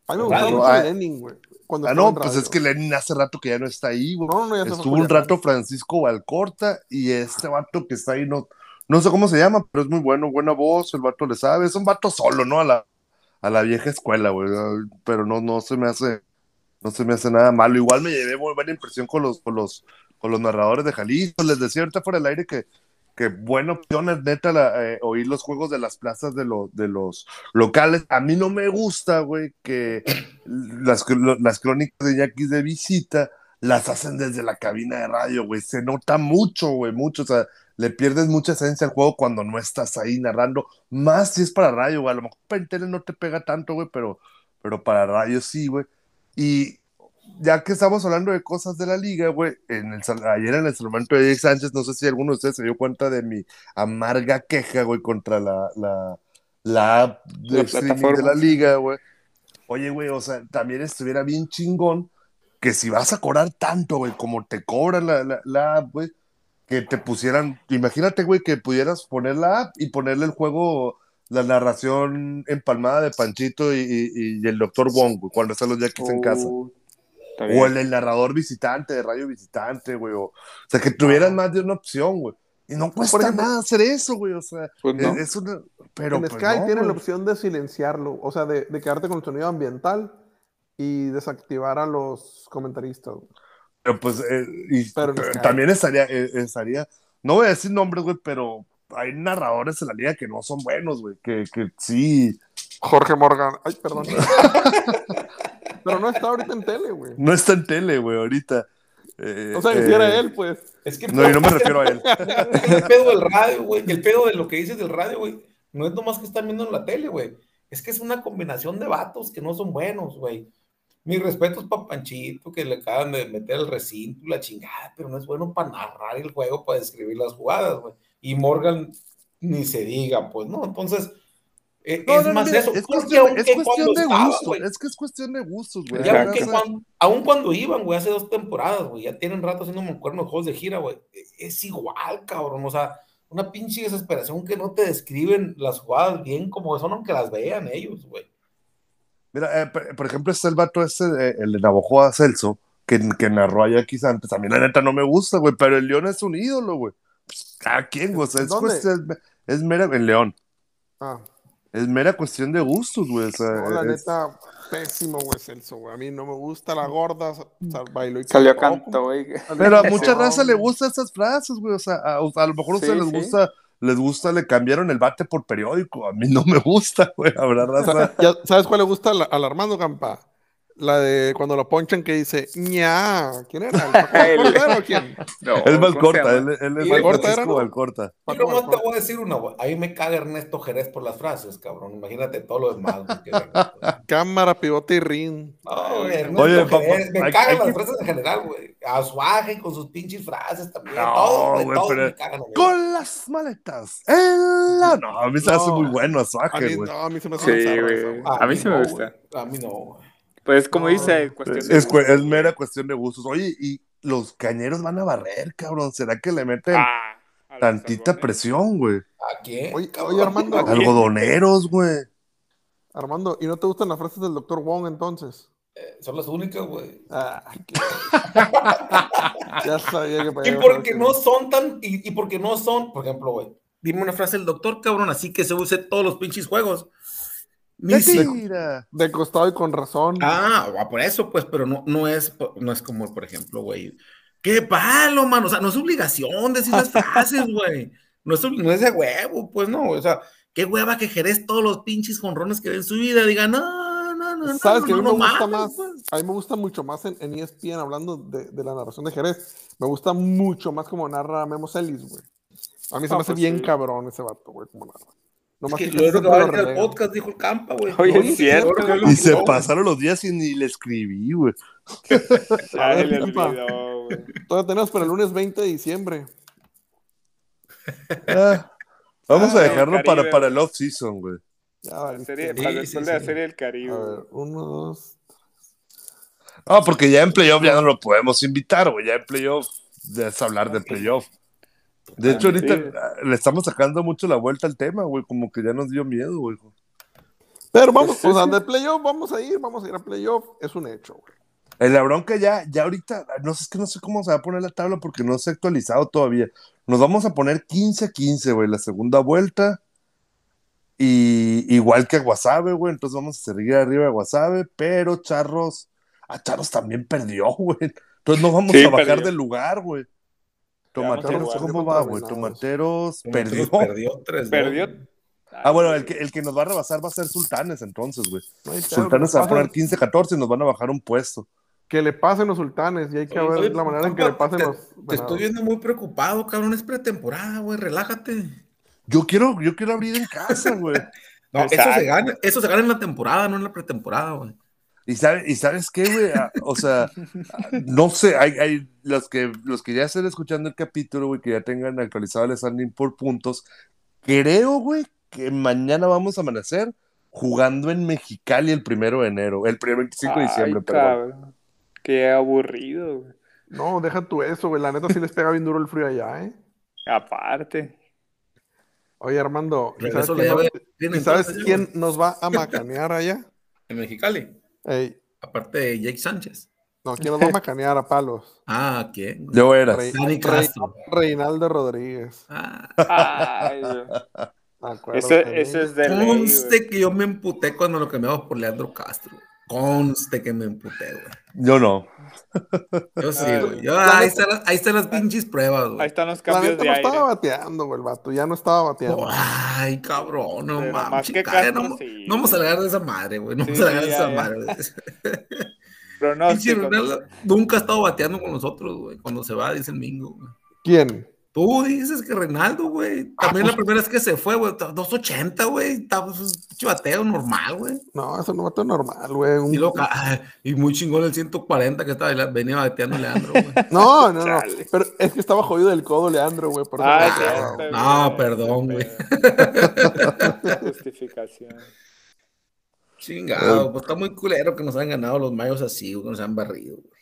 Speaker 4: a mí me gustaba
Speaker 3: Claro,
Speaker 4: mucho
Speaker 5: ah,
Speaker 4: Lenin, güey. cuando
Speaker 5: Ah,
Speaker 4: estaba
Speaker 5: no,
Speaker 4: en
Speaker 5: pues
Speaker 4: radio.
Speaker 5: es que Lenin hace rato que ya no está ahí, güey.
Speaker 4: No, no, ya se fue
Speaker 5: Estuvo un
Speaker 4: Julián.
Speaker 5: rato Francisco Valcorta y este vato que está ahí, no, no sé cómo se llama, pero es muy bueno, buena voz, el vato le sabe, es un vato solo, ¿no? A la, a la vieja escuela, güey, ay, pero no, no se me hace, no se me hace nada malo. Igual me llevé muy buena impresión con los, con los, con los narradores de Jalisco, les decía ahorita fuera del aire que, que buena opción es neta la- eh, oír los juegos de las plazas de, los de los locales. A mí no me gusta, güey, que las, cr- las crónicas de Yaquis de visita las hacen desde la cabina de radio, güey. Se nota mucho, güey, mucho. O sea, le pierdes mucha esencia al juego cuando no estás ahí narrando. Más si es para radio, güey. A lo mejor para en tele no te pega tanto, güey, pero, pero para radio sí, güey. Y ya que estamos hablando de cosas de la liga, güey, en el, sal- ayer en el salvamento de Eric Sánchez, no sé si alguno de ustedes se dio cuenta de mi amarga queja, güey, contra la, la, la app de
Speaker 2: La
Speaker 5: streaming de
Speaker 2: plataforma.
Speaker 5: la liga, güey. Oye, güey, o sea, también estuviera bien chingón que si vas a cobrar tanto, güey, como te cobra la, la, la app, güey, que te pusieran, imagínate, güey, que pudieras poner la app y ponerle el juego, la narración empalmada de Panchito y, y- y el doctor Wong, güey, cuando están los Yankees en casa.
Speaker 4: Oh,
Speaker 2: Uh, está bien.
Speaker 5: O el, el narrador visitante, de radio visitante, güey. O, o sea, que tuvieran más de una opción, güey. Y no cuesta
Speaker 4: ejemplo-
Speaker 5: nada hacer eso, güey. O sea,
Speaker 2: Pues no.
Speaker 5: es- es una- Pero
Speaker 4: en
Speaker 5: pues,
Speaker 4: Sky
Speaker 5: no,
Speaker 4: tienen la
Speaker 5: güey.
Speaker 4: opción de silenciarlo, o sea, de, de quedarte con el sonido ambiental y desactivar a los comentaristas. güey.
Speaker 5: Pero pues, eh, y
Speaker 4: Pero en
Speaker 5: pero
Speaker 4: Sky.
Speaker 5: también estaría, eh, estaría, no voy a decir nombres, güey, pero hay narradores en la liga que no son buenos, güey, que, que sí,
Speaker 4: Jorge Morgan. Ay, perdón. [LAUGHS] Pero no está ahorita en tele, güey.
Speaker 5: no está en tele, güey, ahorita. Eh,
Speaker 4: O sea,
Speaker 5: eh,
Speaker 4: si era él, pues.
Speaker 3: Es que
Speaker 5: No, y no me refiero a él.
Speaker 3: el pedo del radio, güey. El pedo de lo que dices del radio, güey. No es nomás que están viendo en la tele, güey. Es que es una combinación de vatos que no son buenos, güey. Mis respetos para Panchito, que le acaban de meter el recinto, y la chingada, pero no es bueno para narrar el juego, para describir las jugadas, güey. Y Morgan ni se diga, pues, ¿no? Entonces, eh,
Speaker 5: No,
Speaker 3: [LAUGHS] es
Speaker 5: no, no,
Speaker 3: más
Speaker 5: mira,
Speaker 3: eso.
Speaker 5: es
Speaker 3: Porque
Speaker 5: cuestión,
Speaker 3: aunque
Speaker 5: es cuestión
Speaker 3: cuando
Speaker 5: de
Speaker 3: estaba,
Speaker 5: gustos,
Speaker 3: güey,
Speaker 5: es que es cuestión de gustos, güey.
Speaker 3: y
Speaker 4: Exacto.
Speaker 3: aunque
Speaker 5: O sea,
Speaker 3: cuan- aun cuando iban, güey, hace dos temporadas, güey, ya tienen rato haciendo moncuernos juegos de gira, güey. e- Es igual, cabrón. O sea, una pinche desesperación que no te describen las jugadas bien como son, aunque las vean ellos, güey.
Speaker 5: Mira, eh, por, por ejemplo, está el vato ese, eh, el de Navajoa Celso, que, que narró allá quizá antes. A mí la neta no me gusta, güey, pero el León es un ídolo, güey. Pues, ¿A quién, güey? O sea, es,
Speaker 4: ¿Dónde?
Speaker 5: cuestión, es mera, el León,
Speaker 4: Ah,
Speaker 5: es mera cuestión de gustos, güey. O sea,
Speaker 4: no, la
Speaker 5: eh, es-
Speaker 4: neta, pésimo, güey, Celso, güey. A mí no me gusta la gorda. sa- sa- bailó y
Speaker 2: Salió
Speaker 4: cantó,
Speaker 2: canto, güey.
Speaker 4: güey.
Speaker 2: [LAUGHS]
Speaker 5: Pero a
Speaker 4: Salió
Speaker 5: mucha
Speaker 4: cantó,
Speaker 5: raza le
Speaker 4: güey.
Speaker 5: gustan esas frases, güey. O sea, a, a lo mejor a ustedes
Speaker 2: Sí,
Speaker 5: les
Speaker 2: sí.
Speaker 5: gusta, les gusta, le cambiaron el bate por periódico. A mí no me gusta, güey.
Speaker 2: [LAUGHS]
Speaker 5: Habrá [LAUGHS] raza.
Speaker 4: Ya, ¿Sabes cuál le gusta al, al Armando Campa? La de cuando lo ponchan que dice, ña. ¿Quién era? ¿El Paco
Speaker 2: Él.
Speaker 4: Valcordero o quién?
Speaker 2: No,
Speaker 5: es
Speaker 2: [LAUGHS] ¿cómo se
Speaker 5: Valcorta, él,
Speaker 2: llama?
Speaker 5: él
Speaker 3: Y
Speaker 5: es
Speaker 3: Valcorta
Speaker 5: Francisco
Speaker 4: era, ¿no?
Speaker 5: Valcorta.
Speaker 4: Paco
Speaker 3: Pero no te
Speaker 4: Valcordero.
Speaker 3: voy a decir una, güey. A mí me caga Ernesto Jerez por las frases, cabrón. Imagínate todo lo demás, güey. que-
Speaker 4: Cámara, pivote y ring.
Speaker 3: No, güey, Ernesto
Speaker 5: Oye, papá,
Speaker 3: Jerez. Me
Speaker 5: hay-
Speaker 3: cagan
Speaker 5: hay
Speaker 3: las
Speaker 5: que-
Speaker 3: frases en general, güey. A Suaje con sus pinches frases también.
Speaker 5: No,
Speaker 3: todos, güey,
Speaker 5: güey,
Speaker 3: todos
Speaker 5: pero-
Speaker 3: me cagan, güey.
Speaker 5: Con las maletas. En la... No, a mí se me hace
Speaker 4: No.
Speaker 5: muy Ah, bueno a
Speaker 4: A
Speaker 5: Suárez,
Speaker 4: mí,
Speaker 5: güey.
Speaker 4: no, a mí se me hace
Speaker 2: Sí,
Speaker 4: bizarro esa,
Speaker 2: güey.
Speaker 4: güey.
Speaker 2: A mí sí me
Speaker 3: no,
Speaker 2: gusta.
Speaker 3: güey. A mí no, güey.
Speaker 2: Pues como
Speaker 4: No,
Speaker 2: dice, cuestión
Speaker 5: Es,
Speaker 2: de
Speaker 5: es cu-
Speaker 2: gustos.
Speaker 5: es mera cuestión de gustos. Oye, y los cañeros van a barrer, cabrón. ¿Será que le meten
Speaker 2: Ah, ¿eh? a los
Speaker 5: tantita
Speaker 2: algodones.
Speaker 5: presión, güey?
Speaker 3: ¿A quién?
Speaker 4: Oye,
Speaker 3: cabrón?
Speaker 4: oye, Armando,
Speaker 2: Aquí.
Speaker 5: Algodoneros, güey.
Speaker 4: Armando, ¿y no te gustan las frases del doctor Wong entonces?
Speaker 3: Eh, Son las únicas, güey.
Speaker 4: Ah, qué- [LAUGHS] ya sabía que para
Speaker 3: Y
Speaker 4: allá
Speaker 3: porque
Speaker 4: iba a
Speaker 3: no
Speaker 4: ser.
Speaker 3: son tan, y, y porque no son, por ejemplo, güey,
Speaker 6: Dime una frase del doctor, cabrón, así que se use todos los pinches juegos. Ni si-
Speaker 2: [LAUGHS]
Speaker 5: Mentira.
Speaker 4: De costado y con razón.
Speaker 6: Ah, va por eso, pues, pero no, no es, no es como, por ejemplo, güey. Qué palo, mano. O sea, no es obligación decir las frases, güey. No es, obli- no es de huevo, pues no. O sea, qué hueva que Jerez todos los pinches jonrones que ve en su vida. Diga, no, no, no. no,
Speaker 4: ¿Sabes
Speaker 6: no,
Speaker 4: que a mí
Speaker 6: no
Speaker 4: me gusta
Speaker 6: mames,
Speaker 4: más?
Speaker 6: pues.
Speaker 4: A mí me gusta mucho más en, E en ESPN hablando de, de la narración de Jerez. Me gusta mucho más como narra Memo Celis, güey. A mí se
Speaker 2: Ah,
Speaker 4: me hace
Speaker 2: pues
Speaker 4: bien
Speaker 2: sí.
Speaker 4: cabrón ese vato, güey, como narra. Nomás
Speaker 6: Que
Speaker 4: que
Speaker 6: lo
Speaker 4: siempre
Speaker 6: que va a
Speaker 4: lo
Speaker 6: venir al
Speaker 4: relega.
Speaker 6: podcast, dijo el campa, güey.
Speaker 2: Oye,
Speaker 6: No,
Speaker 2: es cierto.
Speaker 6: creo que lo-
Speaker 5: Y se
Speaker 6: no,
Speaker 5: pasaron los días y ni le escribí, güey.
Speaker 2: Ya se le
Speaker 4: Disculpa.
Speaker 2: olvidó, güey.
Speaker 4: Todavía tenemos para el lunes 20 de diciembre.
Speaker 5: Ah, vamos a
Speaker 2: Ah,
Speaker 5: dejarlo
Speaker 2: el Caribe,
Speaker 5: para, para
Speaker 2: güey.
Speaker 5: el off-season, güey.
Speaker 4: Ya,
Speaker 2: La serie-
Speaker 4: este,
Speaker 2: Para el
Speaker 6: sí,
Speaker 2: sol de la
Speaker 6: sí.
Speaker 2: serie del
Speaker 4: a
Speaker 2: Caribe.
Speaker 4: ver, uno, dos.
Speaker 5: Ah, porque ya en playoff ya no lo podemos invitar, güey. Ya en playoff es hablar de playoff. De hecho, ahorita
Speaker 2: Sí.
Speaker 5: ah, le estamos sacando mucho la vuelta al tema, güey. Como que ya nos dio miedo, güey.
Speaker 6: Pues
Speaker 4: Pero vamos,
Speaker 2: sí,
Speaker 4: o sea,
Speaker 2: sí.
Speaker 4: de playoff vamos a ir, vamos a ir a playoff. Es un hecho, güey.
Speaker 5: Eh, La bronca ya, ya ahorita, no sé, es que no sé cómo se va a poner la tabla porque no se ha actualizado todavía. Nos vamos a poner 15-15, güey, la segunda vuelta. Y igual que a Guasave, güey, entonces vamos a seguir arriba de Guasave, pero Charros, a Charros también perdió, [LAUGHS] güey. Entonces no vamos
Speaker 2: Sí,
Speaker 5: a bajar
Speaker 2: perdió.
Speaker 5: del lugar, güey.
Speaker 2: vamos
Speaker 5: Tomateros,
Speaker 2: igual.
Speaker 5: ¿cómo va, güey?
Speaker 4: Contaminados.
Speaker 5: Tomateros perdió.
Speaker 6: Perdió. Perdió tres.
Speaker 2: Perdió.
Speaker 5: Ah, bueno, el que, el que nos va a rebasar va a ser Sultanes, entonces, güey.
Speaker 4: No hay pedo, que le
Speaker 5: Sultanes se va a poner
Speaker 4: pasen-
Speaker 5: 15-14 y nos van a bajar un puesto.
Speaker 4: Que le pasen los sultanes y hay que
Speaker 6: Oye,
Speaker 4: ver
Speaker 6: oye,
Speaker 4: la manera en que le
Speaker 6: compa,
Speaker 4: pasen
Speaker 6: te-
Speaker 4: los.
Speaker 6: Te
Speaker 4: venados.
Speaker 6: estoy viendo muy preocupado, cabrón. Es pretemporada, güey. Relájate.
Speaker 5: Yo quiero, yo quiero abrir en casa, güey.
Speaker 6: No, eso
Speaker 2: Exacto.
Speaker 6: se, gana, eso se gana en la temporada, no en la pretemporada, güey.
Speaker 5: Y, sabe- y sabes qué, güey, Ah, o sea, ah, no sé, hay, hay los que los que ya estén escuchando el capítulo, güey, que ya tengan actualizado el standing por puntos, creo, güey, que mañana vamos a amanecer jugando en Mexicali el primero de enero, el primer 25 de
Speaker 2: Ay,
Speaker 5: diciembre, perdón.
Speaker 2: cabrón. Qué aburrido, güey.
Speaker 4: No, deja tú eso, güey. La neta sí les pega bien duro el frío allá, ¿eh?
Speaker 2: Aparte.
Speaker 4: Oye, Armando, ¿y sabes,
Speaker 6: Regreso
Speaker 4: quién,
Speaker 6: la
Speaker 4: nos-
Speaker 6: llave.
Speaker 4: y sabes quién nos va a macanear allá?
Speaker 6: En Mexicali.
Speaker 4: Ey,
Speaker 6: Aparte de Jake Sánchez.
Speaker 4: No, ¿quién nos va a macanear a palos?
Speaker 3: Ah, ¿quién? güey?
Speaker 5: Yo era.
Speaker 4: Rey-
Speaker 3: Dani Castro.
Speaker 4: Reinaldo Rodríguez.
Speaker 3: Ah,
Speaker 2: Ay,
Speaker 5: [LAUGHS]
Speaker 2: güey.
Speaker 4: me acuerdo
Speaker 2: Ese,
Speaker 4: también.
Speaker 2: ese es de ley, güey.
Speaker 3: conste que yo me emputé cuando lo cambiamos por Leandro Castro. Conste que me emputé, güey.
Speaker 5: Yo no.
Speaker 3: Yo sí,
Speaker 2: Ay,
Speaker 3: güey. Yo-
Speaker 4: la
Speaker 6: ah,
Speaker 3: ahí,
Speaker 4: neta-
Speaker 3: están las, ahí están las pinches pruebas,
Speaker 2: Ah, Ahí
Speaker 3: güey.
Speaker 2: están los
Speaker 4: La
Speaker 2: cambios
Speaker 4: neta
Speaker 2: de
Speaker 4: no
Speaker 2: aire.
Speaker 4: estaba bateando, güey, el vato. Ya no estaba bateando.
Speaker 3: Ay, cabrón, no
Speaker 2: Pero
Speaker 3: mames.
Speaker 2: más que
Speaker 3: chingada,
Speaker 2: Castro,
Speaker 3: no,
Speaker 2: sí.
Speaker 3: no vamos a hablar de esa madre, güey. No
Speaker 2: Sí,
Speaker 3: vamos a hablar de
Speaker 2: ya,
Speaker 3: esa
Speaker 2: ya.
Speaker 3: madre. güey. Pinche
Speaker 2: Pronósticos.
Speaker 3: Ronaldo nunca ha estado bateando con nosotros, güey. Cuando se va, dice el Mingo, güey.
Speaker 4: ¿Quién?
Speaker 3: Tú dices que Reinaldo, güey. También la primera vez que se fue, güey. 280, güey. Estaba pues, pinche bateo normal, güey.
Speaker 4: No, es un vato normal, güey. un-
Speaker 3: Y, luego ca- ay, y muy chingón el 140 que estaba, venía bateando Leandro, güey.
Speaker 4: [LAUGHS] No, no, no.
Speaker 2: Chale.
Speaker 4: Pero es que estaba jodido del codo, Leandro, güey. Por eso
Speaker 2: Ay,
Speaker 4: no
Speaker 3: Ah,
Speaker 4: estaba,
Speaker 2: cierto,
Speaker 4: güey.
Speaker 3: no,
Speaker 2: güey.
Speaker 3: perdón, güey.
Speaker 2: La [LAUGHS] Justificación.
Speaker 3: Chingado, pues está muy culero que nos han ganado los mayos así, güey, que nos han barrido. güey.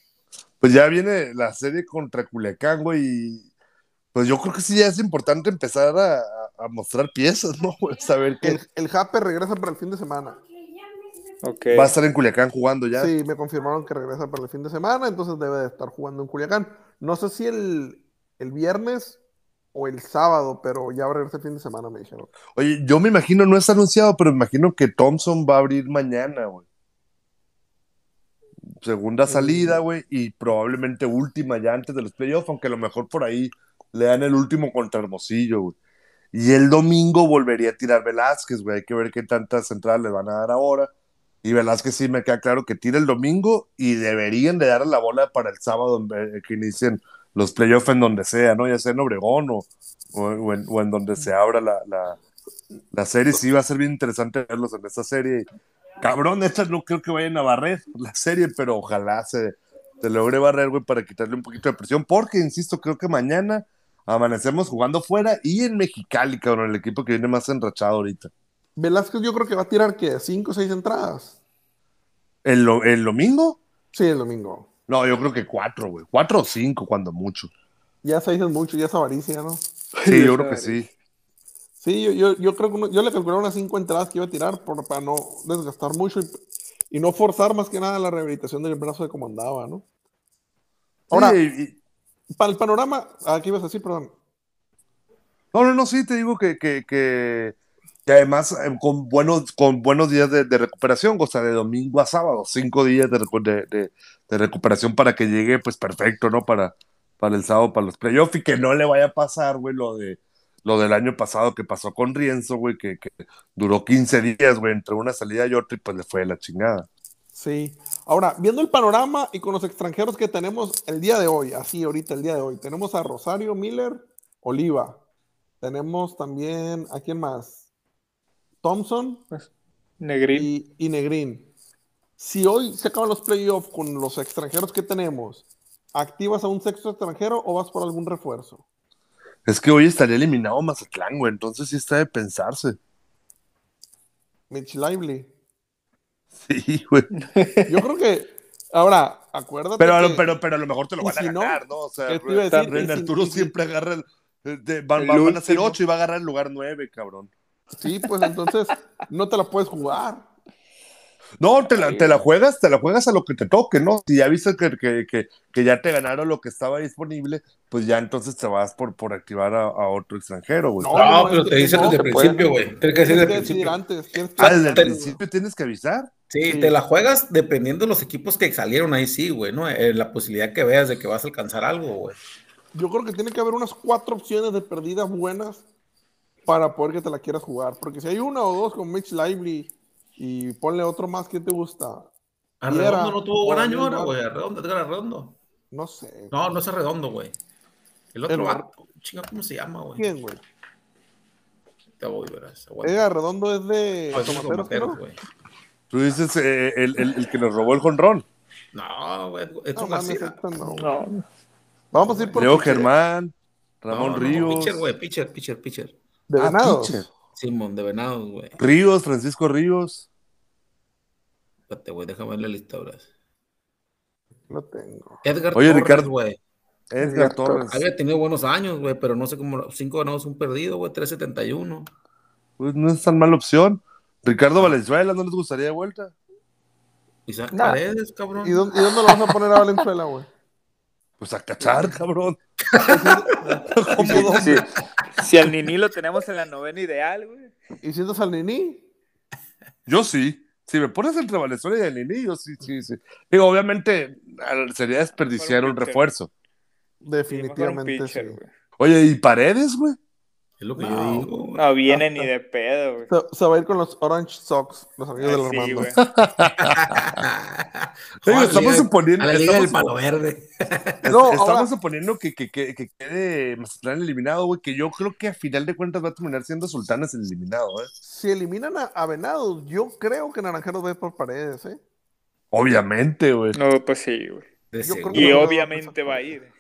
Speaker 5: Pues ya viene la serie contra Culiacán, güey. Y pues yo creo que sí ya es importante empezar a, a mostrar piezas, ¿no? [LAUGHS] güey? Saber que
Speaker 4: El, el Jape regresa para el fin de semana.
Speaker 2: Ok.
Speaker 5: va a estar en Culiacán jugando ya.
Speaker 4: Sí, me confirmaron que regresa para el fin de semana, entonces debe de estar jugando en Culiacán. No sé si el, el viernes o el sábado, pero ya regresa el fin de semana, me dijeron.
Speaker 5: Oye, yo me imagino, no está anunciado, pero me imagino que Thompson va a abrir mañana, güey. Segunda salida, güey, y probablemente última ya antes de los playoffs, aunque a lo mejor por ahí le dan el último contra Hermosillo, güey. Y el domingo volvería a tirar Velázquez, güey. Hay que ver qué tantas centrales le van a dar ahora. Y Velázquez sí me queda claro que tira el domingo y deberían de dar la bola para el sábado en vez- que inicien los playoffs en donde sea, ¿no? Ya sea en Obregón o, o- o en, o en donde se abra la, la- la serie. Sí va a ser bien interesante verlos en esta serie. Cabrón, esta no creo que vayan a barrer la serie, pero ojalá se, se logre barrer, güey, para quitarle un poquito de presión. Porque, insisto, creo que mañana amanecemos jugando fuera y en Mexicali, cabrón, el equipo que viene más enrachado ahorita.
Speaker 4: Velázquez yo creo que va a tirar, ¿qué? ¿Cinco o seis entradas?
Speaker 5: ¿El, lo- el domingo?
Speaker 4: Sí, el domingo.
Speaker 5: No, yo creo que cuatro, güey. Cuatro o cinco, cuando mucho.
Speaker 4: Ya seis es mucho, ya es avaricia, ¿no?
Speaker 5: Sí, yo creo que sí.
Speaker 4: Sí, yo, yo, yo creo que uno- yo le calculé unas cinco entradas que iba a tirar por, para no desgastar mucho y, y no forzar más que nada la rehabilitación del brazo de como andaba, ¿no? Ahora,
Speaker 5: Sí, y-
Speaker 4: para el panorama, aquí ibas a decir, perdón.
Speaker 5: no, no, no, sí, te digo que, que, que, que además eh, con buenos, con buenos días de, de recuperación, o sea, de domingo a sábado, cinco días de, recu- de, de- de recuperación para que llegue, pues perfecto, ¿no? Para, para el sábado, para los playoffs y que no le vaya a pasar, güey, lo de. Lo del año pasado que pasó con Rienzo, güey, que, que duró 15 días, güey, entre una salida y otra, y pues le fue de la chingada.
Speaker 4: Sí. Ahora, viendo el panorama y con los extranjeros que tenemos el día de hoy, así ahorita el día de hoy, tenemos a Rosario Miller, Oliva. Tenemos también, ¿a quién más? Thompson
Speaker 2: Negrín.
Speaker 4: y, y Negrín. Si hoy se acaban los playoffs con los extranjeros que tenemos, ¿activas a un sexto extranjero o vas por algún refuerzo?
Speaker 5: Es que hoy estaría eliminado Mazatlán, güey, entonces sí está de pensarse. [LAUGHS]
Speaker 4: Mitch Lively.
Speaker 5: Sí, güey.
Speaker 4: Yo creo que, ahora, acuérdate
Speaker 5: Pero, a lo-
Speaker 4: que-
Speaker 5: pero, pero a lo mejor te lo
Speaker 4: y
Speaker 5: van a
Speaker 4: si no,
Speaker 5: ganar, ¿no? O sea,
Speaker 4: ¿qué te iba a
Speaker 5: Ren-
Speaker 4: decir?
Speaker 5: Ren
Speaker 4: Y si-
Speaker 5: Arturo
Speaker 4: y si-
Speaker 5: siempre agarra el. el de- van,
Speaker 2: El
Speaker 5: van- van a ser
Speaker 2: último.
Speaker 5: 8 y va a agarrar el lugar 9, cabrón.
Speaker 4: sí, pues entonces no te la puedes jugar.
Speaker 5: No, te la,
Speaker 2: Ay,
Speaker 5: te la
Speaker 2: güey.
Speaker 5: juegas, te la juegas a lo que te toque, ¿no? Si ya viste que, que, que, que ya te ganaron lo que estaba disponible, pues ya entonces te vas por, por activar a, a otro extranjero, güey.
Speaker 4: No,
Speaker 5: Ah,
Speaker 4: no,
Speaker 3: No, pero
Speaker 4: es
Speaker 3: te
Speaker 4: que
Speaker 3: dicen
Speaker 4: no,
Speaker 3: desde el
Speaker 4: te pueden-
Speaker 3: principio, güey. Tienes que decir
Speaker 4: Tienes
Speaker 3: desde
Speaker 4: que
Speaker 3: el
Speaker 4: decidir
Speaker 3: principio.
Speaker 4: antes. tienes que
Speaker 5: ah,
Speaker 4: decidir
Speaker 5: desde el
Speaker 4: antes, güey.
Speaker 5: principio tienes que avisar.
Speaker 3: Sí,
Speaker 4: Sí.
Speaker 3: te la juegas dependiendo de los equipos que salieron ahí, sí, güey, ¿no? Eh, la posibilidad que veas de que vas a alcanzar algo, güey.
Speaker 4: Yo creo que tiene que haber unas cuatro opciones de perdidas buenas para poder que te la quieras jugar. Porque si hay una o dos con Mitch Lively y ponle otro más que te gusta,
Speaker 3: Arredondo no tuvo buen
Speaker 4: o
Speaker 3: año
Speaker 4: Daniel
Speaker 3: ahora,
Speaker 4: Bar-
Speaker 3: güey. Arredondo, Edgar Arredondo.
Speaker 4: no sé.
Speaker 3: No, no es Arredondo, güey. El
Speaker 4: El
Speaker 3: otro
Speaker 4: Bar-
Speaker 3: vato, chinga, ¿cómo se llama, güey?
Speaker 4: ¿Quién, güey?
Speaker 3: Te voy, verás. aguanta.
Speaker 4: Edgar Redondo es de
Speaker 3: No, es
Speaker 4: Tomateros,
Speaker 3: Pues Tomateros,
Speaker 4: ¿no?
Speaker 3: güey.
Speaker 5: Tú dices eh, el, el- el que nos robó el jonrón.
Speaker 3: No, güey,
Speaker 4: No,
Speaker 3: Edson
Speaker 4: mames,
Speaker 3: García.
Speaker 4: Edson, no, güey.
Speaker 2: No.
Speaker 4: Vamos a ir por
Speaker 5: Leo
Speaker 4: pitcher.
Speaker 5: Germán,
Speaker 3: No,
Speaker 5: Ramón
Speaker 3: no,
Speaker 5: Ríos.
Speaker 3: Pitcher, güey, pitcher, pitcher, pitcher.
Speaker 4: de
Speaker 5: Ah,
Speaker 4: Venados.
Speaker 5: pitcher.
Speaker 3: Simón de Venados, güey.
Speaker 5: Ríos, Francisco Ríos.
Speaker 3: Espérate, güey, déjame ver la lista, ahora.
Speaker 4: Lo tengo.
Speaker 3: Edgar
Speaker 5: Oye,
Speaker 3: Torres,
Speaker 5: Ricardo.
Speaker 3: güey.
Speaker 5: Edgar Torres.
Speaker 3: Había tenido buenos años, güey, pero no sé cómo. Cinco ganados, un perdido, güey, 371.
Speaker 5: Pues no es tan mala opción. Ricardo Valenzuela, ¿no les gustaría de vuelta?
Speaker 6: Isaac
Speaker 4: Nah.
Speaker 6: Paredes, cabrón.
Speaker 4: ¿Y dónde, y dónde lo vas a poner a Valenzuela, güey?
Speaker 5: Pues a cachar, cabrón.
Speaker 4: ¿Cómo dónde?
Speaker 2: Sí. Si al Nini lo tenemos en la novena ideal, güey.
Speaker 4: ¿Y sientas al Nini?
Speaker 5: Yo sí. Si me pones entre Valenzuela y el Nini, yo sí, sí, sí. Digo, obviamente al- sería desperdiciar
Speaker 2: Mejor
Speaker 5: un
Speaker 2: un pitcher.
Speaker 5: refuerzo.
Speaker 2: Sí, mejor un
Speaker 4: Definitivamente.
Speaker 2: pitcher,
Speaker 4: sí.
Speaker 2: güey.
Speaker 5: Oye, ¿y paredes, güey?
Speaker 6: Es lo que
Speaker 4: No.
Speaker 6: yo digo. güey.
Speaker 2: No viene ni de pedo, güey.
Speaker 4: Se, se va a ir con los Orange Sox, los amigos del
Speaker 2: Ay, sí,
Speaker 4: Armando.
Speaker 2: güey.
Speaker 5: Digo,
Speaker 6: [LAUGHS] Joder,
Speaker 5: estamos
Speaker 6: liga-
Speaker 5: suponiendo.
Speaker 6: a la liga del
Speaker 5: estamos-
Speaker 6: palo verde.
Speaker 5: Es-
Speaker 4: No,
Speaker 5: Estamos
Speaker 4: ahora-
Speaker 5: suponiendo que, que, que, que quede Mazatlán eliminado, güey, que yo creo que a final de cuentas va a terminar siendo Sultanes el eliminado, ¿eh?
Speaker 4: Si eliminan a, a Venados, yo creo que Naranjeros va a ir por paredes, ¿eh?
Speaker 5: Obviamente, güey.
Speaker 2: No, pues sí, güey.
Speaker 6: De
Speaker 4: Yo creo
Speaker 6: seguro.
Speaker 4: que-
Speaker 2: Y obviamente va a ir.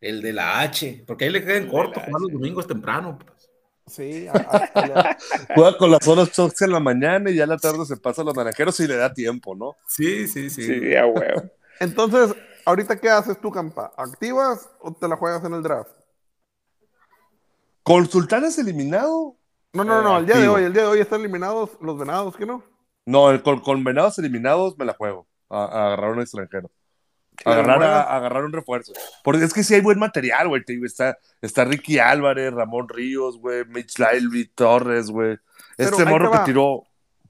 Speaker 6: El de la H. Porque ahí le quedan
Speaker 2: El
Speaker 6: corto
Speaker 2: de la
Speaker 6: jugar los
Speaker 2: H.
Speaker 6: domingos temprano. pues.
Speaker 4: Sí, a- a- a la-
Speaker 5: Juega con las horas Sox en la mañana y ya a la tarde se pasa a los naranjeros y le da tiempo, ¿no?
Speaker 6: Sí, sí, sí.
Speaker 2: Sí, a
Speaker 5: [LAUGHS]
Speaker 2: huevo.
Speaker 4: [LAUGHS] Entonces, ¿ahorita qué haces tú, Campa? ¿Activas o te la juegas en el draft?
Speaker 5: ¿Con Sultanes eliminado?
Speaker 4: No, no, no,
Speaker 5: Eh,
Speaker 4: el día de
Speaker 5: activo.
Speaker 4: hoy, el día de hoy están eliminados los Venados, ¿qué no?
Speaker 5: No, el- con, con Venados eliminados me la juego. A, a agarrar un extranjero. A agarrar, a- a agarrar un refuerzo. Porque es que sí hay buen material, güey. te digo, Está, está Ricky Álvarez, Ramón Ríos, güey. Mitch Lively, Torres, güey.
Speaker 4: Pero
Speaker 5: Este
Speaker 4: ahí te
Speaker 5: morro que
Speaker 4: va.
Speaker 5: tiró,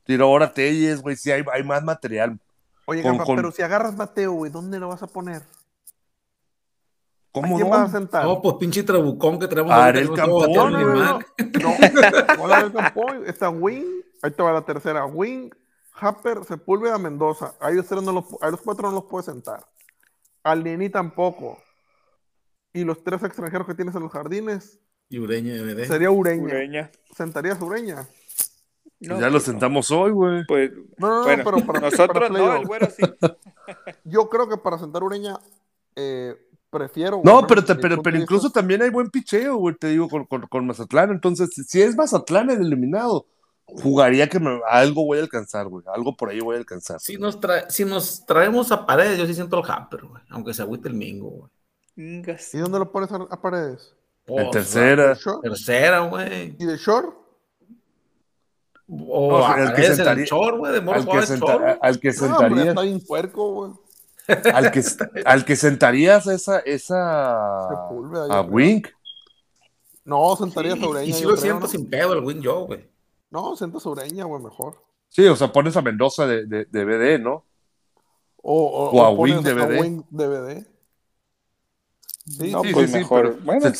Speaker 5: tiró ahora Telles, güey. Sí hay, hay más material.
Speaker 4: Oye,
Speaker 5: Con-
Speaker 4: Campa,
Speaker 5: con-
Speaker 4: pero si agarras Mateo, güey, ¿dónde lo vas a poner? ¿A
Speaker 5: ¿Cómo
Speaker 4: quién
Speaker 5: no?
Speaker 4: vas a sentar?
Speaker 6: No, pues pinche trabucón que traemos.
Speaker 5: Ariel
Speaker 6: ahorita que no estamos
Speaker 5: Campoy,
Speaker 4: No,
Speaker 6: bateando
Speaker 4: no,
Speaker 6: ni
Speaker 4: no,
Speaker 6: madre.
Speaker 4: no. [LAUGHS] No. Hola, Ariel Campoy. Está Wing. Ahí te va la tercera. Wing, Happer, Sepúlveda, Mendoza. A ellos, tres no los, a los cuatro no los puedes sentar. Al Nini tampoco. Y los tres extranjeros que tienes en los jardines.
Speaker 6: Y Ureña de BD.
Speaker 4: Sería Ureña.
Speaker 2: Ureña.
Speaker 4: ¿Sentarías Ureña?
Speaker 5: Pues
Speaker 2: No,
Speaker 5: ya lo
Speaker 2: pues,
Speaker 5: sentamos hoy, güey.
Speaker 2: Pues,
Speaker 4: No, no, no,
Speaker 2: bueno,
Speaker 4: pero para, para
Speaker 2: nosotros no,
Speaker 4: playoff.
Speaker 2: el güero sí.
Speaker 4: Yo creo que para sentar Ureña eh, prefiero.
Speaker 5: No,
Speaker 4: bueno,
Speaker 5: pero, te-
Speaker 4: mi
Speaker 5: pero,
Speaker 4: punto
Speaker 5: pero
Speaker 4: de vista.
Speaker 5: incluso también hay buen picheo, güey, te digo, con, con- con Mazatlán. Entonces, si- si es Mazatlán el eliminado, jugaría que me- algo voy a alcanzar, güey. Algo por ahí voy a alcanzar.
Speaker 6: Si nos, tra- si nos traemos a paredes, yo sí siento el hamper, güey. Aunque se agüite el mingo, güey.
Speaker 2: Ingas.
Speaker 4: ¿Y dónde lo pones a, a paredes?
Speaker 6: Pues,
Speaker 5: En tercera.
Speaker 4: ¿De short?
Speaker 6: Tercera, güey.
Speaker 4: ¿Y de short?
Speaker 6: O
Speaker 5: No,
Speaker 6: a
Speaker 5: el que
Speaker 6: paredes en
Speaker 5: sentaría-
Speaker 6: el chor, güey. De morro
Speaker 5: Al que,
Speaker 6: jugaba
Speaker 5: senta-
Speaker 6: el chor, güey.
Speaker 5: al que
Speaker 4: No, hombre,
Speaker 5: sentaría,
Speaker 4: está bien puerco, güey.
Speaker 5: al que, al que sentarías esa, esa
Speaker 4: Sepúlveda, yo
Speaker 5: a
Speaker 4: creo.
Speaker 5: Wink.
Speaker 4: No, sentaría
Speaker 6: Y-
Speaker 4: a Ureña.
Speaker 6: Y si
Speaker 4: yo
Speaker 6: lo
Speaker 4: creo,
Speaker 6: siento
Speaker 4: ¿no?
Speaker 6: sin pedo el win yo, güey.
Speaker 4: No, sientas a Ureña, güey, mejor.
Speaker 5: Sí, o sea, pones a Mendoza de, de, de BD, ¿no?
Speaker 4: O, o,
Speaker 5: O a
Speaker 4: pones
Speaker 5: Wing DVD.
Speaker 4: Wing DVD. Sí,
Speaker 2: No,
Speaker 5: Sí,
Speaker 2: pues
Speaker 5: sí, sí,
Speaker 2: mejor. Bueno,
Speaker 5: Se-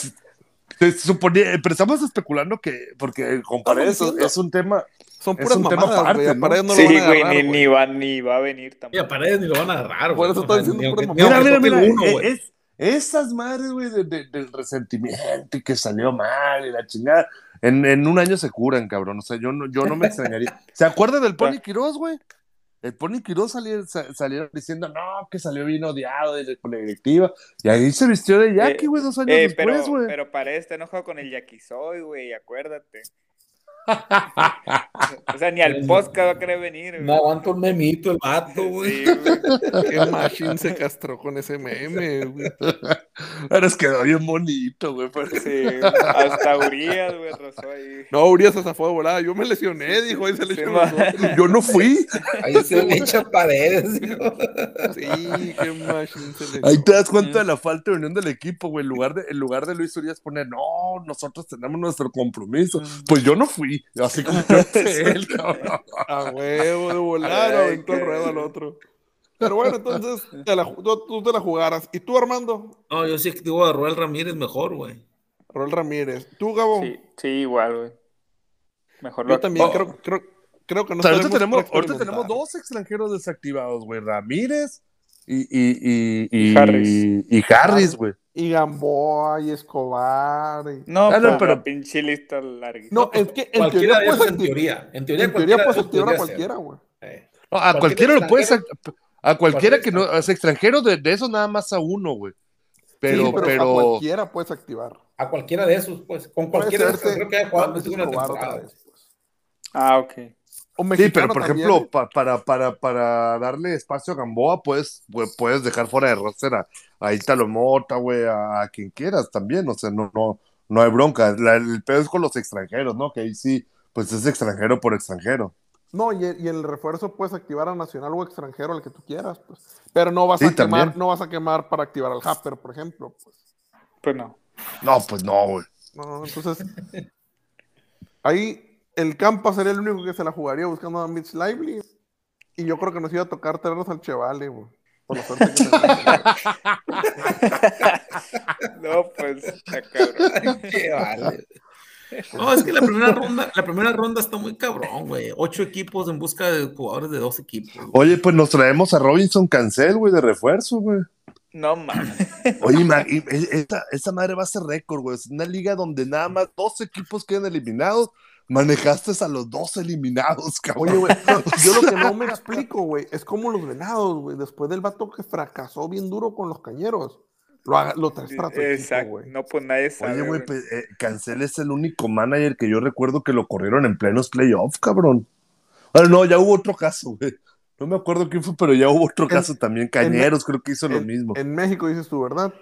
Speaker 5: se- se suponía- pero estamos especulando que, porque con Paredes es,
Speaker 4: diciendo.
Speaker 5: es un tema,
Speaker 4: son
Speaker 5: es
Speaker 4: puras
Speaker 5: un tema
Speaker 4: mamadas,
Speaker 5: aparte,
Speaker 4: güey. A
Speaker 5: ¿no?
Speaker 4: Paredes no
Speaker 2: sí,
Speaker 4: lo van a
Speaker 2: güey,
Speaker 4: agarrar,
Speaker 2: ni,
Speaker 4: güey.
Speaker 2: ni va, ni va a venir
Speaker 6: Y
Speaker 2: tampoco.
Speaker 6: a paredes ni lo van a agarrar, güey.
Speaker 4: Por eso
Speaker 6: O
Speaker 4: estoy
Speaker 6: sea,
Speaker 4: diciendo
Speaker 6: ni
Speaker 4: pura
Speaker 6: aunque- ni
Speaker 4: mamada.
Speaker 5: Mira,
Speaker 6: aunque
Speaker 5: mira,
Speaker 6: toque
Speaker 5: mira,
Speaker 6: uno,
Speaker 5: eh,
Speaker 6: güey.
Speaker 5: es- esas madres, güey, de- de- del resentimiento y que salió mal y la chingada. En, en un año se curan, cabrón. O sea, yo no, yo no me extrañaría. ¿Se acuerdan
Speaker 2: [LAUGHS]
Speaker 5: del Pony Quirós, güey? El Pony Quirós salió, sa- salieron diciendo, no, que salió bien odiado de la, con la directiva. Y ahí se vistió de Jackie,
Speaker 2: Eh,
Speaker 5: güey, dos años
Speaker 2: Eh, pero,
Speaker 5: después, güey.
Speaker 2: pero Paredes está enojado con el yakisoy,
Speaker 6: [LAUGHS]
Speaker 2: güey, acuérdate. o sea, ni al podcast va a querer venir, güey.
Speaker 6: No aguanta un memito el vato, güey.
Speaker 2: Sí, güey.
Speaker 4: Qué machín se castró con ese meme, güey.
Speaker 5: Ahora es quedó bien bonito, güey.
Speaker 2: [LAUGHS]
Speaker 5: pero-
Speaker 2: Sí, güey. hasta Urias, güey, rozó ahí.
Speaker 4: No, Urias se zafó de volada. Yo me lesioné, dijo. Ahí se le
Speaker 2: Sí,
Speaker 4: echó
Speaker 2: ma.
Speaker 4: los dos.
Speaker 5: Yo no fui.
Speaker 6: Ahí se le echa paredes, [LAUGHS] güey.
Speaker 4: Sí, qué machín se le
Speaker 5: Ahí
Speaker 4: echó.
Speaker 5: te das cuenta de la falta de unión del equipo, güey. En lugar de, en lugar de Luis Urias poner, no, nosotros tenemos nuestro compromiso. Pues yo no fui, así como lo hace él, cabrón.
Speaker 4: A huevo, de volar,
Speaker 2: Ay,
Speaker 4: aventó el
Speaker 2: qué-
Speaker 4: ruedo al otro. Pero bueno, entonces te la ju- tú, tú te la jugaras. ¿Y tú, Armando?
Speaker 6: No, yo sí digo a Roel Ramírez mejor, güey.
Speaker 4: Rol Ramírez. ¿Tú, Gabo?
Speaker 2: Sí, sí, igual, güey. Mejor
Speaker 4: Yo
Speaker 2: lo-
Speaker 4: también
Speaker 2: Oh,
Speaker 4: creo, creo, creo que no
Speaker 5: O sea, ahorita,
Speaker 4: sabemos
Speaker 5: tenemos,
Speaker 4: para
Speaker 5: ahorita tenemos
Speaker 4: experimentar.
Speaker 5: dos extranjeros desactivados, güey. Ramírez y, y, y, y,
Speaker 2: Y Harris.
Speaker 5: y Harris, güey.
Speaker 4: Y Gamboa, y Escobar. y-
Speaker 2: No,
Speaker 5: Ah, no,
Speaker 2: pues,
Speaker 5: pero-
Speaker 2: la pinche lista larga.
Speaker 4: No, es que en
Speaker 6: Cualquiera
Speaker 4: teoría,
Speaker 6: de
Speaker 4: puedes
Speaker 6: esos, en
Speaker 4: acti-
Speaker 6: teoría. En teoría,
Speaker 4: en teoría puedes
Speaker 6: cualquiera
Speaker 4: activar
Speaker 6: de
Speaker 4: a
Speaker 6: esos podría
Speaker 4: cualquiera, güey.
Speaker 6: ser. Eh.
Speaker 5: No, a
Speaker 6: Cualquier
Speaker 5: cualquiera lo puedes.
Speaker 6: extranjero.
Speaker 5: act- A cualquiera
Speaker 6: Cualquier
Speaker 5: que no. A ese extranjero de, de esos nada más a uno, güey. Pero,
Speaker 4: Sí,
Speaker 5: pero.
Speaker 4: a cualquiera puedes activar.
Speaker 6: A cualquiera de esos, pues. Con
Speaker 4: Puede
Speaker 6: cualquiera de esos,
Speaker 4: serse
Speaker 6: creo que haya jugado
Speaker 4: Pablo
Speaker 6: contigo una
Speaker 4: Escobar otra
Speaker 6: temporada.
Speaker 4: vez, pues.
Speaker 2: Ah, ok.
Speaker 4: O
Speaker 5: Sí, pero
Speaker 4: mexicano
Speaker 5: por
Speaker 4: Pues también,
Speaker 5: ejemplo, pa- para, para, para darle espacio a Gamboa, puedes, pu- puedes dejar fuera de roster a, a Italo Mota, güey, a, a quien quieras también, o sea, no, no, no hay bronca. La- el pedo es con los extranjeros, ¿no? Que ahí sí, pues es extranjero por extranjero.
Speaker 4: No, y el, y el refuerzo puedes activar a nacional o extranjero, al que tú quieras, pues. Pero no vas
Speaker 5: Sí,
Speaker 4: a quemar,
Speaker 5: también.
Speaker 4: no vas a quemar para activar al Happer, por ejemplo. Pues.
Speaker 2: Pues no.
Speaker 5: No, pues no, güey.
Speaker 4: No,
Speaker 5: [LAUGHS]
Speaker 4: entonces. ahí el Campa sería el único que se la jugaría buscando a Mitch Lively. Y yo creo que nos iba a tocar traernos al Chevale, güey. Por la suerte que
Speaker 5: [LAUGHS]
Speaker 4: tenemos.
Speaker 2: [LAUGHS] No, pues, está cabrón.
Speaker 6: [LAUGHS] Qué
Speaker 5: [LAUGHS]
Speaker 6: vale. No, es que la primera ronda, la primera ronda está muy cabrón, güey. Ocho equipos en busca de jugadores de dos equipos. güey.
Speaker 5: Oye, pues nos traemos a Robinson Cancel, güey, de refuerzo, güey.
Speaker 4: Ah,
Speaker 2: No mames.
Speaker 5: Oye, ma- y- e- esta, esta madre va a ser récord, güey. Es una liga donde nada más dos equipos quedan eliminados. Manejaste a los dos eliminados, [LAUGHS] cabrón.
Speaker 4: Oye, güey, yo lo que no me explico, güey, es como los venados, güey. Después del vato que fracasó bien duro con los cañeros, lo, haga- lo traes para tu equipo,
Speaker 2: Exacto.
Speaker 4: güey.
Speaker 2: No, pues nadie sabe.
Speaker 5: Oye, güey,
Speaker 2: güey.
Speaker 5: pues, eh, Cancel es el único manager que yo recuerdo que lo corrieron en plenos playoffs, cabrón. Bueno, no, ya hubo otro caso, güey. No me acuerdo quién fue, pero ya hubo otro caso también. Cañeros creo que hizo lo
Speaker 4: En-
Speaker 5: mismo. En,
Speaker 4: En México dices tú, ¿verdad?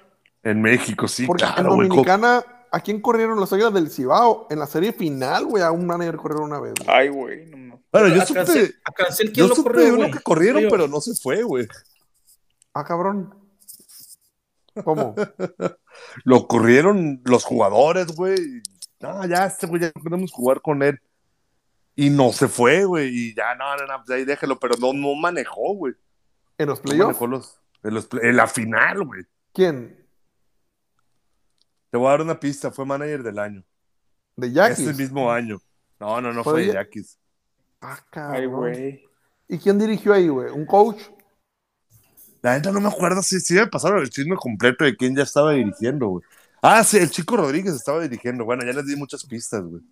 Speaker 5: México, sí,
Speaker 4: Porque
Speaker 5: claro,
Speaker 4: en
Speaker 5: güey. co-
Speaker 4: Dominicana, ¿a quién corrieron las águilas del Cibao? En la serie final, güey, a un manager corrieron una vez. güey.
Speaker 2: Ay, güey. No, mames.
Speaker 5: Bueno, yo
Speaker 6: A Cancel-
Speaker 5: supe,
Speaker 6: a Cancel, ¿quién
Speaker 5: yo
Speaker 6: lo
Speaker 5: supe
Speaker 6: corrió,
Speaker 5: de uno
Speaker 6: güey?
Speaker 5: que corrieron,
Speaker 6: Oye,
Speaker 5: pero no se fue, güey.
Speaker 4: Ah, cabrón.
Speaker 5: [LAUGHS]
Speaker 4: ¿Cómo?
Speaker 5: Lo corrieron los jugadores, güey. y, No, ya, este güey, ya no queremos jugar con él. Y no se fue, güey. Y ya, no, no, no, pues ahí déjelo, pero no, no manejó, güey.
Speaker 4: ¿En los
Speaker 5: No
Speaker 4: playoffs?
Speaker 5: manejó los, en, los play- en la final, güey.
Speaker 4: ¿Quién?
Speaker 5: Te voy a dar una pista, fue manager del año.
Speaker 4: ¿De
Speaker 5: Ese
Speaker 4: Jackie?
Speaker 5: mismo año. No, no, no
Speaker 4: ¿Fue
Speaker 5: fue de
Speaker 4: ya-
Speaker 5: Yaquis.
Speaker 4: Ah,
Speaker 2: Ay,
Speaker 4: cabrón.
Speaker 2: güey.
Speaker 4: ¿Y quién dirigió ahí, güey? ¿Un coach?
Speaker 5: La neta no me acuerdo si sí, me pasaron el chisme completo de quién ya estaba dirigiendo, güey. Ah, sí, el chico Rodríguez estaba dirigiendo. Bueno, ya les di muchas pistas, güey.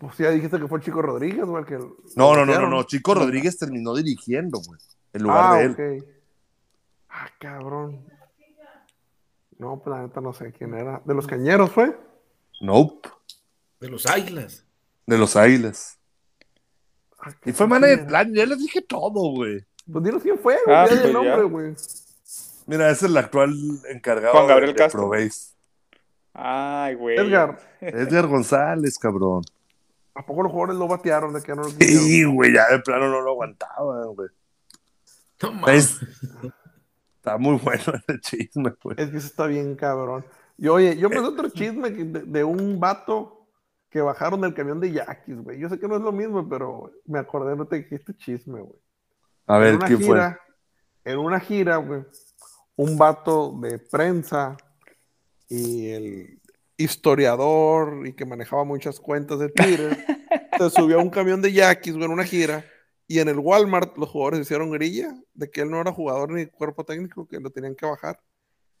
Speaker 4: Pues ya dijiste que fue Chico Rodríguez, güey. el que-
Speaker 5: No, no,
Speaker 4: lo
Speaker 5: no, no,
Speaker 4: metieron.
Speaker 5: no. Chico Rodríguez terminó dirigiendo, güey. En lugar de él.
Speaker 4: Ah, ok. Ah, cabrón. No, pues la neta no sé quién era. ¿De los cañeros fue?
Speaker 5: Nope.
Speaker 6: De los Águilas.
Speaker 5: De los Águilas.
Speaker 4: Ah,
Speaker 5: Y fue
Speaker 4: cabrón,
Speaker 5: manager del
Speaker 4: ¿quién era?
Speaker 5: año. Ya les dije todo, güey.
Speaker 4: Pues dinos quién fue, güey.
Speaker 2: Ah,
Speaker 4: ya di el
Speaker 2: pues ya.
Speaker 4: nombre, güey.
Speaker 5: Mira, es el actual encargado
Speaker 2: Juan Gabriel
Speaker 5: de, de
Speaker 2: Castro.
Speaker 5: ProBase.
Speaker 2: Ay, güey.
Speaker 4: Edgar,
Speaker 5: Edgar
Speaker 4: [LAUGHS]
Speaker 5: González, cabrón.
Speaker 4: ¿a poco los jugadores lo batearon de que no lo quisieron?
Speaker 5: Sí, güey, ya de plano no lo aguantaban, güey.
Speaker 6: No mames.
Speaker 5: Es- Pues, Está muy bueno [LAUGHS] ese chisme, güey.
Speaker 4: Es que eso está bien, cabrón. Y oye, yo me sé otro chisme que- de, de un vato que bajaron del camión de Yaquis, güey. Yo sé que no es lo mismo, pero me acordé no te dijiste chisme, güey.
Speaker 5: A ver,
Speaker 4: en una
Speaker 5: ¿quién fue?
Speaker 4: gira, en una gira, güey, un vato de prensa y el historiador y que manejaba muchas cuentas de Twitter, se subió a un camión de yaquis, güey, en una gira. Y en el Walmart los jugadores hicieron grilla de que él no era jugador ni cuerpo técnico, que lo tenían que bajar.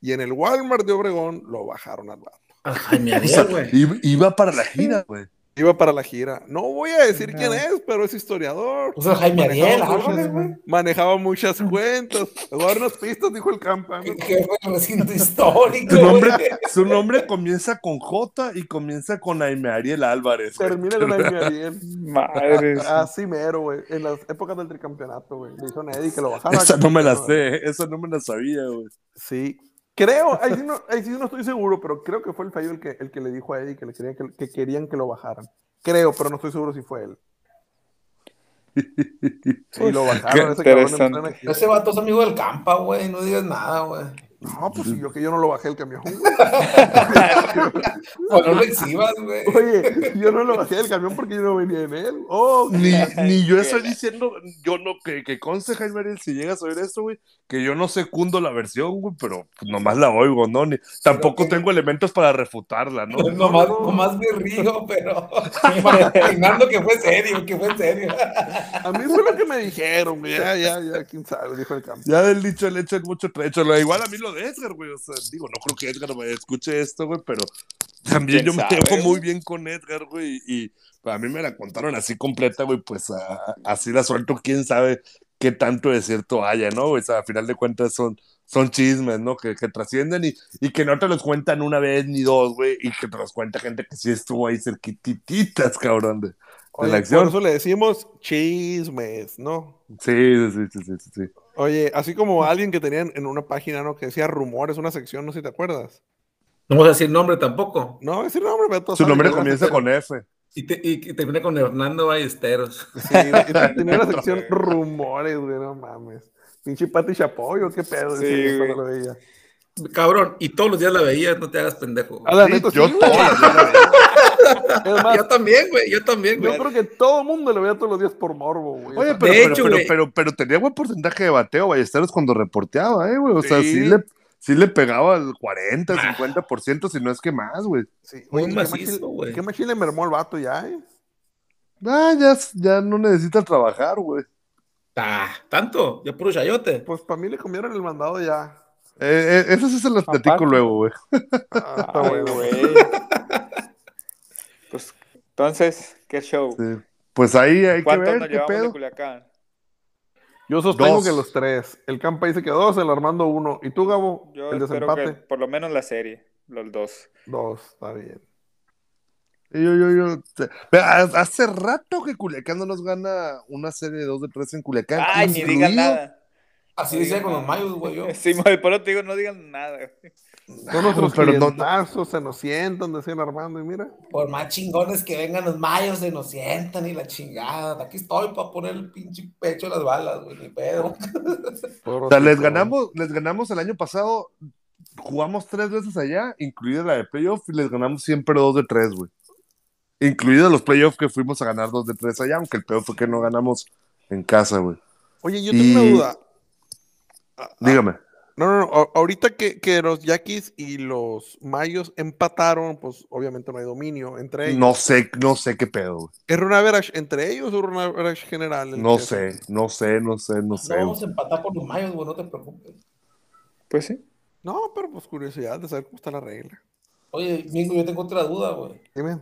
Speaker 4: Y en el Walmart de Obregón lo bajaron al vato.
Speaker 6: Ay,
Speaker 3: [LAUGHS]
Speaker 6: me
Speaker 5: O sea,
Speaker 6: haría, Ah, güey.
Speaker 5: iba- iba para la gira, güey.
Speaker 4: Iba para la gira. No voy a decir
Speaker 3: No.
Speaker 4: quién es, pero es historiador.
Speaker 3: O sea, Jaime Ariel,
Speaker 4: Manejaba
Speaker 3: ábrale,
Speaker 4: muchas-
Speaker 3: güey.
Speaker 4: Manejaba muchas cuentas. Les voy a dar unas pistas, dijo el campa.
Speaker 3: Qué- Qué buen recinto [LAUGHS] histórico,
Speaker 5: Su nombre,
Speaker 3: güey.
Speaker 5: su nombre comienza con J y comienza con Aime Ariel Álvarez. güey.
Speaker 4: Termina con Jaime Ariel.
Speaker 2: Madres.
Speaker 4: Así mero, güey. En las épocas del tricampeonato, güey. Le dijeron a Eddie que lo bajara.
Speaker 5: Esa no me la sé, esa no me la sabía, güey.
Speaker 4: Sí. Creo, ahí sí, no, ahí sí no estoy seguro, pero creo que fue el fallo el que, el que le dijo a Eddie que, le querían, que, que querían que lo bajaran. Creo, pero no estoy seguro si fue
Speaker 5: [LAUGHS]
Speaker 4: él. Sí, lo bajaron. Ese cabrón en plena
Speaker 2: interesante.
Speaker 4: gira.
Speaker 3: Ese vato es amigo del campa, güey. No digas nada, güey.
Speaker 4: No, pues sí, yo que yo no lo bajé el camión. güey.
Speaker 3: Pues no lo exhibas, güey.
Speaker 4: Oye, yo no lo bajé del camión porque yo no venía en él. Oh,
Speaker 5: Ni, ni yo estoy diciendo, yo no, que, que conste, Jaime Ariel, si llegas a oír esto, güey, que yo no secundo la versión, güey, pero nomás la oigo, ¿no? Ni, tampoco
Speaker 3: Pero que-
Speaker 5: tengo elementos para
Speaker 3: [LAUGHS]
Speaker 5: refutarla, ¿no?
Speaker 3: Nomás, nomás me río,
Speaker 6: [LAUGHS]
Speaker 3: pero [LAUGHS] imaginando que fue serio, que fue serio.
Speaker 4: a mí fue lo que me dijeron, güey. Ya, ya, ya, quién sabe, dijo el campeón.
Speaker 5: Ya del dicho al hecho es mucho trecho. Lo- Igual a mí lo de Edgar, güey. O sea, digo, no creo que Edgar me escuche esto, güey, pero también
Speaker 2: ¿Quién
Speaker 5: yo me
Speaker 2: sabe,
Speaker 5: llevo muy
Speaker 2: güey?
Speaker 5: bien con Edgar, güey. Y a mí me la contaron así completa, güey, pues a- así la suelto. Quién sabe qué tanto de cierto haya, ¿no? O sea, a final de cuentas son, son chismes, ¿no? Que, que trascienden y, y que no te los cuentan una vez ni dos, güey, y que te los cuenta gente que sí estuvo ahí cerquititas, cabrón. de-
Speaker 4: Oye,
Speaker 5: la acción.
Speaker 4: Por eso le decimos chismes, ¿no?
Speaker 5: Sí, sí, sí, sí, sí, sí.
Speaker 4: Oye, así como alguien que tenían en una página, ¿no? Que decía rumores, una sección, no sé si te acuerdas.
Speaker 6: No vamos a decir nombre tampoco.
Speaker 4: No, ese nombre, pero todos
Speaker 5: Su
Speaker 4: saben
Speaker 5: nombre
Speaker 4: que lo
Speaker 5: comienza
Speaker 4: hace-
Speaker 5: con F.
Speaker 6: Y, te- y- y termina con Hernando Ballesteros.
Speaker 4: Sí, [LAUGHS] güey,
Speaker 2: [LAUGHS]
Speaker 4: tenía una
Speaker 5: [LAUGHS]
Speaker 4: sección rumores, güey, no mames. Pinche Pati Chapoy, ¿o qué pedo?
Speaker 2: Sí,
Speaker 4: Decía, eso
Speaker 2: güey.
Speaker 4: no lo veía.
Speaker 6: Cabrón, y todos los días la veías, no te hagas pendejo.
Speaker 4: Ah, la
Speaker 5: Sí,
Speaker 4: neta, sí,
Speaker 5: yo
Speaker 4: güey.
Speaker 5: todas,
Speaker 4: Es más,
Speaker 6: Yo también, güey, yo también,
Speaker 4: yo
Speaker 6: güey.
Speaker 4: creo que todo el mundo lo veía todos los días por morbo, güey.
Speaker 5: Oye,
Speaker 4: Esa-
Speaker 5: pero,
Speaker 6: De
Speaker 5: pero,
Speaker 6: hecho,
Speaker 5: pero,
Speaker 6: güey.
Speaker 5: pero- pero tenía buen porcentaje de bateo Ballesteros cuando reporteaba, ¿eh, güey? O sea,
Speaker 4: Sí.
Speaker 5: sí le, sí le pegaba al 40, 50%, si no es que más, güey.
Speaker 4: sí.
Speaker 6: Muy
Speaker 4: Oye, ¿qué machín-
Speaker 6: macizo, güey.
Speaker 4: ¿Qué machín le mermó el vato ya, eh?
Speaker 5: Ah, ya, s- ya no necesita trabajar, güey.
Speaker 6: Ah, tanto, ya puro chayote.
Speaker 4: Pues para mí le comieron el mandado ya.
Speaker 5: Eh, eh, esas sí se las
Speaker 2: Aparte.
Speaker 5: platico luego, güey.
Speaker 4: Ah, está
Speaker 2: Ay,
Speaker 4: bueno.
Speaker 2: güey. Pues, entonces, ¿qué show?
Speaker 5: Sí. Pues ahí hay que
Speaker 2: ¿Cuántos nos
Speaker 5: ver qué
Speaker 2: llevamos de
Speaker 5: pedo.
Speaker 2: Culiacán?
Speaker 4: Yo sostengo
Speaker 5: Dos.
Speaker 4: que los tres. El Campa dice que dos, el Armando uno. ¿Y tú, Gabo?
Speaker 2: Yo
Speaker 4: el
Speaker 2: espero
Speaker 4: desempate,
Speaker 2: que por lo menos la serie, los dos.
Speaker 4: dos. Está bien.
Speaker 5: Yo, yo, yo. te- Ve, ha- Hace rato que Culiacán no nos gana una serie de 2 de 3 en Culiacán.
Speaker 2: Ay, ni digan
Speaker 5: incluido-
Speaker 2: nada. [LAUGHS]
Speaker 3: Así decía con los mayos, güey. Yo.
Speaker 2: Sí, madre, por eso te digo, no digan nada. güey.
Speaker 4: Son nuestros
Speaker 5: Ah, pero no-
Speaker 4: clientazos, se nos sientan, decían Armando, y mira.
Speaker 3: Por más chingones que vengan los mayos, se nos sientan y la chingada. Aquí estoy para poner el pinche pecho a las balas, güey. Ni pedo.
Speaker 4: Ah,
Speaker 5: O sea, les ganamos, les ganamos el año pasado, jugamos tres veces allá, incluida la de playoff, y les ganamos siempre dos de tres, güey. Incluida los playoffs que fuimos a ganar dos de tres allá, aunque el peor fue que no ganamos en casa, güey.
Speaker 4: Oye, yo tengo
Speaker 5: Y-
Speaker 4: una duda.
Speaker 5: Dígame.
Speaker 4: No, no, no. a- Ahorita que, que los Yaquis y los Mayos empataron, pues obviamente no hay dominio entre ellos.
Speaker 5: No sé, no sé qué pedo, güey.
Speaker 4: ¿Es run average entre ellos o run average general? el
Speaker 5: No
Speaker 4: que-
Speaker 5: sé, no sé, no sé, no
Speaker 3: No
Speaker 5: sé. güey.
Speaker 3: vamos a empatar por los mayos, güey. No te preocupes.
Speaker 2: Pues sí. [LAUGHS]
Speaker 4: No, pero pues curiosidad de saber cómo está la regla.
Speaker 3: Oye, Mingo, yo tengo otra duda, güey.
Speaker 4: Dime.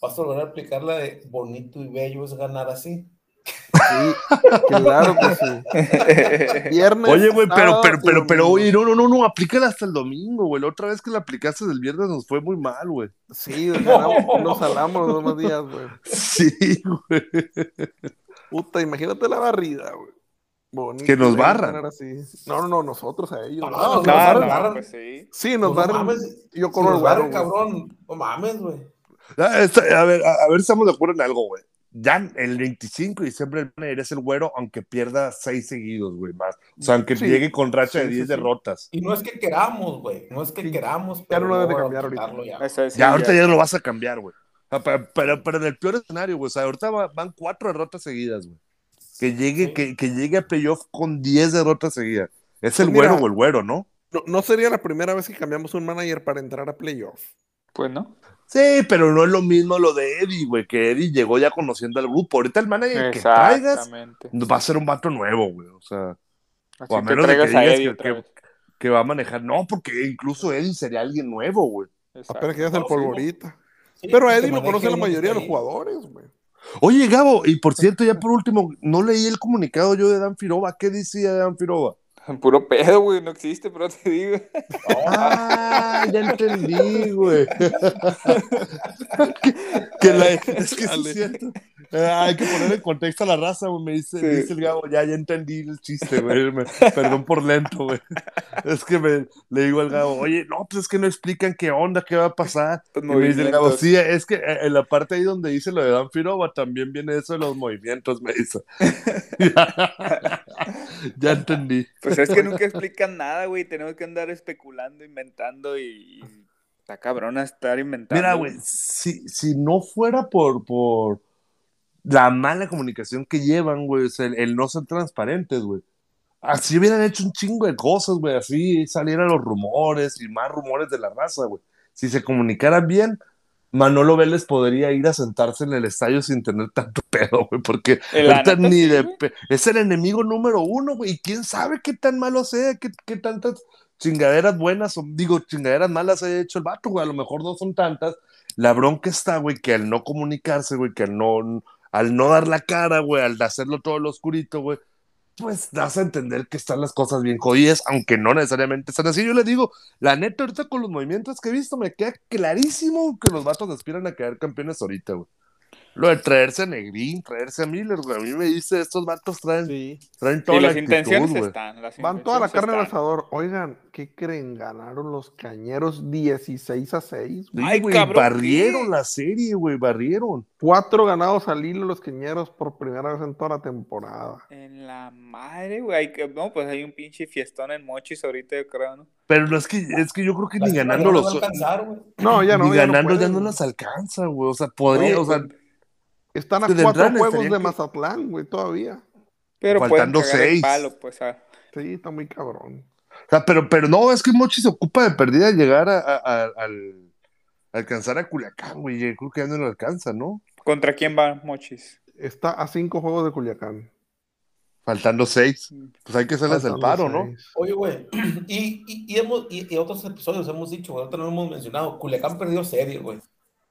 Speaker 3: Vas a volver a aplicar la de bonito y bello es ganar así.
Speaker 4: Sí, [LAUGHS] claro que sí. Viernes,
Speaker 5: Oye, güey, pero,
Speaker 4: sábado
Speaker 5: pero,
Speaker 4: y
Speaker 5: pero, pero,
Speaker 4: domingo.
Speaker 5: oye, no, no, no, no, aplícala hasta el domingo, güey. La otra vez que la aplicaste del viernes nos fue muy mal, güey. [LAUGHS]
Speaker 4: Sí, ganamos- nos salamos los dos más días, güey.
Speaker 5: Sí, güey.
Speaker 4: Puta, imagínate la barrida, güey. Bonito,
Speaker 5: Que nos
Speaker 4: güey,
Speaker 5: barran.
Speaker 4: ganar así. No, no, no, nosotros a ellos.
Speaker 3: No,
Speaker 4: ¿no?
Speaker 3: no,
Speaker 4: Nos
Speaker 2: No,
Speaker 4: barran.
Speaker 2: no,
Speaker 3: barran.
Speaker 2: pues sí.
Speaker 4: Sí, nos
Speaker 3: No
Speaker 4: barran.
Speaker 3: mames,
Speaker 4: Yo
Speaker 3: Si
Speaker 4: como
Speaker 3: nos
Speaker 4: el güero,
Speaker 3: barren,
Speaker 4: güey.
Speaker 3: cabrón. No mames, güey.
Speaker 5: Ah, está- A ver, a, a ver si estamos de acuerdo en algo, güey. Ya el 25 de diciembre el manager es el güero, aunque pierda seis seguidos, güey, más. O sea, aunque
Speaker 4: Sí.
Speaker 5: llegue con racha
Speaker 4: Sí,
Speaker 5: de
Speaker 4: sí,
Speaker 5: 10
Speaker 4: sí.
Speaker 5: derrotas.
Speaker 3: Y no es que queramos, güey. No es que queramos.
Speaker 4: Ya no lo debe
Speaker 3: no,
Speaker 4: cambiar ahorita.
Speaker 3: quitarlo ya.
Speaker 2: Eso es, sí,
Speaker 5: ya ahorita ya lo vas a cambiar, güey. O sea, Pero, pero, pero en el peor escenario, güey. O sea, ahorita va- van cuatro derrotas seguidas, güey. Que llegue,
Speaker 3: Sí.
Speaker 5: que, que llegue a playoff con 10 derrotas seguidas. Es el
Speaker 4: Pues mira.
Speaker 5: güero o el güero, ¿no?
Speaker 4: No, no sería la primera vez que cambiamos un manager para entrar a playoff.
Speaker 2: Pues no.
Speaker 5: Sí, pero no es lo mismo lo de Eddie, güey, que Eddie llegó ya conociendo al grupo. Ahorita el manager que traigas
Speaker 2: Exactamente.
Speaker 5: va a ser un vato nuevo, güey. O sea.
Speaker 2: Así
Speaker 5: O a
Speaker 2: que
Speaker 5: menos de que
Speaker 2: traigas a
Speaker 5: digas
Speaker 2: Eddie
Speaker 5: que-
Speaker 2: otra vez.
Speaker 5: que va a manejar. No, porque incluso Eddie sería alguien nuevo, güey.
Speaker 2: Exacto.
Speaker 4: Apenas que llegas al
Speaker 3: No, sí,
Speaker 4: polvorita.
Speaker 3: Sí,
Speaker 4: Pero a
Speaker 3: que
Speaker 4: Eddie lo
Speaker 3: maneje
Speaker 4: conoce la
Speaker 3: uno que
Speaker 4: mayoría de
Speaker 3: esté
Speaker 4: los
Speaker 3: ahí.
Speaker 4: jugadores, güey.
Speaker 5: Oye, Gabo, y por cierto, ya por último, no leí el comunicado yo de Dan Firoba. ¿Qué decía Dan Firoba?
Speaker 2: Puro pedo, güey, no existe, pero te digo.
Speaker 5: Ah, ya entendí, güey. que, [LAUGHS] que la- es que sí es
Speaker 4: Dale.
Speaker 5: cierto. Eh, hay que poner en contexto a la raza, güey. Me dice,
Speaker 2: Sí.
Speaker 5: dice el Gabo, ya, ya entendí el chiste, güey. Me- perdón por lento, güey. Es que me, le digo al Gabo, oye, no, pues es que no explican qué onda, qué va a pasar.
Speaker 2: Los
Speaker 5: [LAUGHS] Y me dice el Gabo,
Speaker 2: movimientos.
Speaker 5: sí, es que eh, en la parte ahí donde dice lo de Dan Firoba también viene eso de los movimientos, me dice. [LAUGHS] ya, entendí.
Speaker 2: Pues es que
Speaker 5: [LAUGHS]
Speaker 2: nunca explican nada, güey. Tenemos que andar especulando, inventando y. y Está cabrón a estar inventando.
Speaker 5: Mira, güey, si, si no fuera por, por la mala comunicación que llevan, güey, o sea, el, el no ser transparentes, güey. Así hubieran hecho un chingo de cosas, güey. Así salieran los rumores y más rumores de la raza, güey. Si se comunicaran bien, Manolo Vélez podría ir a sentarse en el estadio sin tener tanto [LAUGHS] pedo, güey, porque
Speaker 2: Eh, la
Speaker 5: Ahorita
Speaker 2: neta,
Speaker 5: ni
Speaker 2: sí,
Speaker 5: de
Speaker 2: güey.
Speaker 5: pe- es el enemigo número uno, güey. Y quién sabe qué tan malo sea, qué, qué tantas chingaderas buenas, o digo, chingaderas malas haya hecho el vato, güey. A lo mejor no son tantas. La bronca está, güey, que al no comunicarse, güey, que al no, al no dar la cara, güey, al hacerlo todo lo oscurito, güey, pues das a entender que están las cosas bien jodidas, aunque no necesariamente están así. Yo le digo, la neta, ahorita con los movimientos que he visto, me queda clarísimo que los vatos aspiran a quedar campeones ahorita, güey. Lo de traerse a Negrín, traerse a Miller, güey. A mí me dice, estos vatos traen,
Speaker 4: Sí.
Speaker 5: traen toda
Speaker 2: Y
Speaker 5: la
Speaker 2: las
Speaker 5: actitud,
Speaker 2: intenciones
Speaker 5: güey.
Speaker 2: están. las
Speaker 4: Van toda la
Speaker 2: intenciones
Speaker 4: carne al
Speaker 2: están.
Speaker 4: asador. Oigan, ¿qué creen? Ganaron los cañeros 16 a 6.
Speaker 5: Sí,
Speaker 2: Ay,
Speaker 5: güey,
Speaker 2: cabrón,
Speaker 5: barrieron
Speaker 2: ¿qué?
Speaker 5: la serie, güey, barrieron.
Speaker 4: Cuatro ganados al hilo los cañeros por primera vez en toda la temporada.
Speaker 2: En la madre, güey. hay que- No, pues hay un pinche fiestón en Mochis ahorita, yo creo, ¿no?
Speaker 5: Pero no es que, es que yo creo que
Speaker 3: Las
Speaker 5: ni
Speaker 3: chivas no
Speaker 5: ganando los.
Speaker 3: van a alcanzar, güey.
Speaker 4: No, ya no.
Speaker 5: ni
Speaker 4: ya no
Speaker 5: ganando ya
Speaker 4: pueden.
Speaker 5: no las alcanza, güey. O sea, podría,
Speaker 4: Oye,
Speaker 5: o sea,
Speaker 4: Están a
Speaker 5: de
Speaker 4: cuatro
Speaker 5: entrada
Speaker 4: juegos de
Speaker 5: estarían que-
Speaker 4: Mazatlán, güey, todavía.
Speaker 2: Pero
Speaker 5: Faltando
Speaker 2: pueden cagar el
Speaker 5: seis.
Speaker 2: palo, pues. ah.
Speaker 4: Sí, está muy cabrón.
Speaker 5: O sea, pero, pero no, es que Mochi se ocupa de perdida de llegar a, a- a- al alcanzar a Culiacán, güey. Yo creo que ya no lo alcanza, ¿no?
Speaker 2: ¿Contra quién va Mochis?
Speaker 4: Está a cinco juegos de Culiacán.
Speaker 5: Faltando seis. Pues hay que hacerles el
Speaker 4: Faltan
Speaker 5: paro,
Speaker 4: los
Speaker 5: ¿no?
Speaker 4: seis.
Speaker 3: Oye, güey, y, y, y hemos, y, y otros episodios hemos dicho, güey, otros no hemos mencionado, Culiacán perdió serie, güey.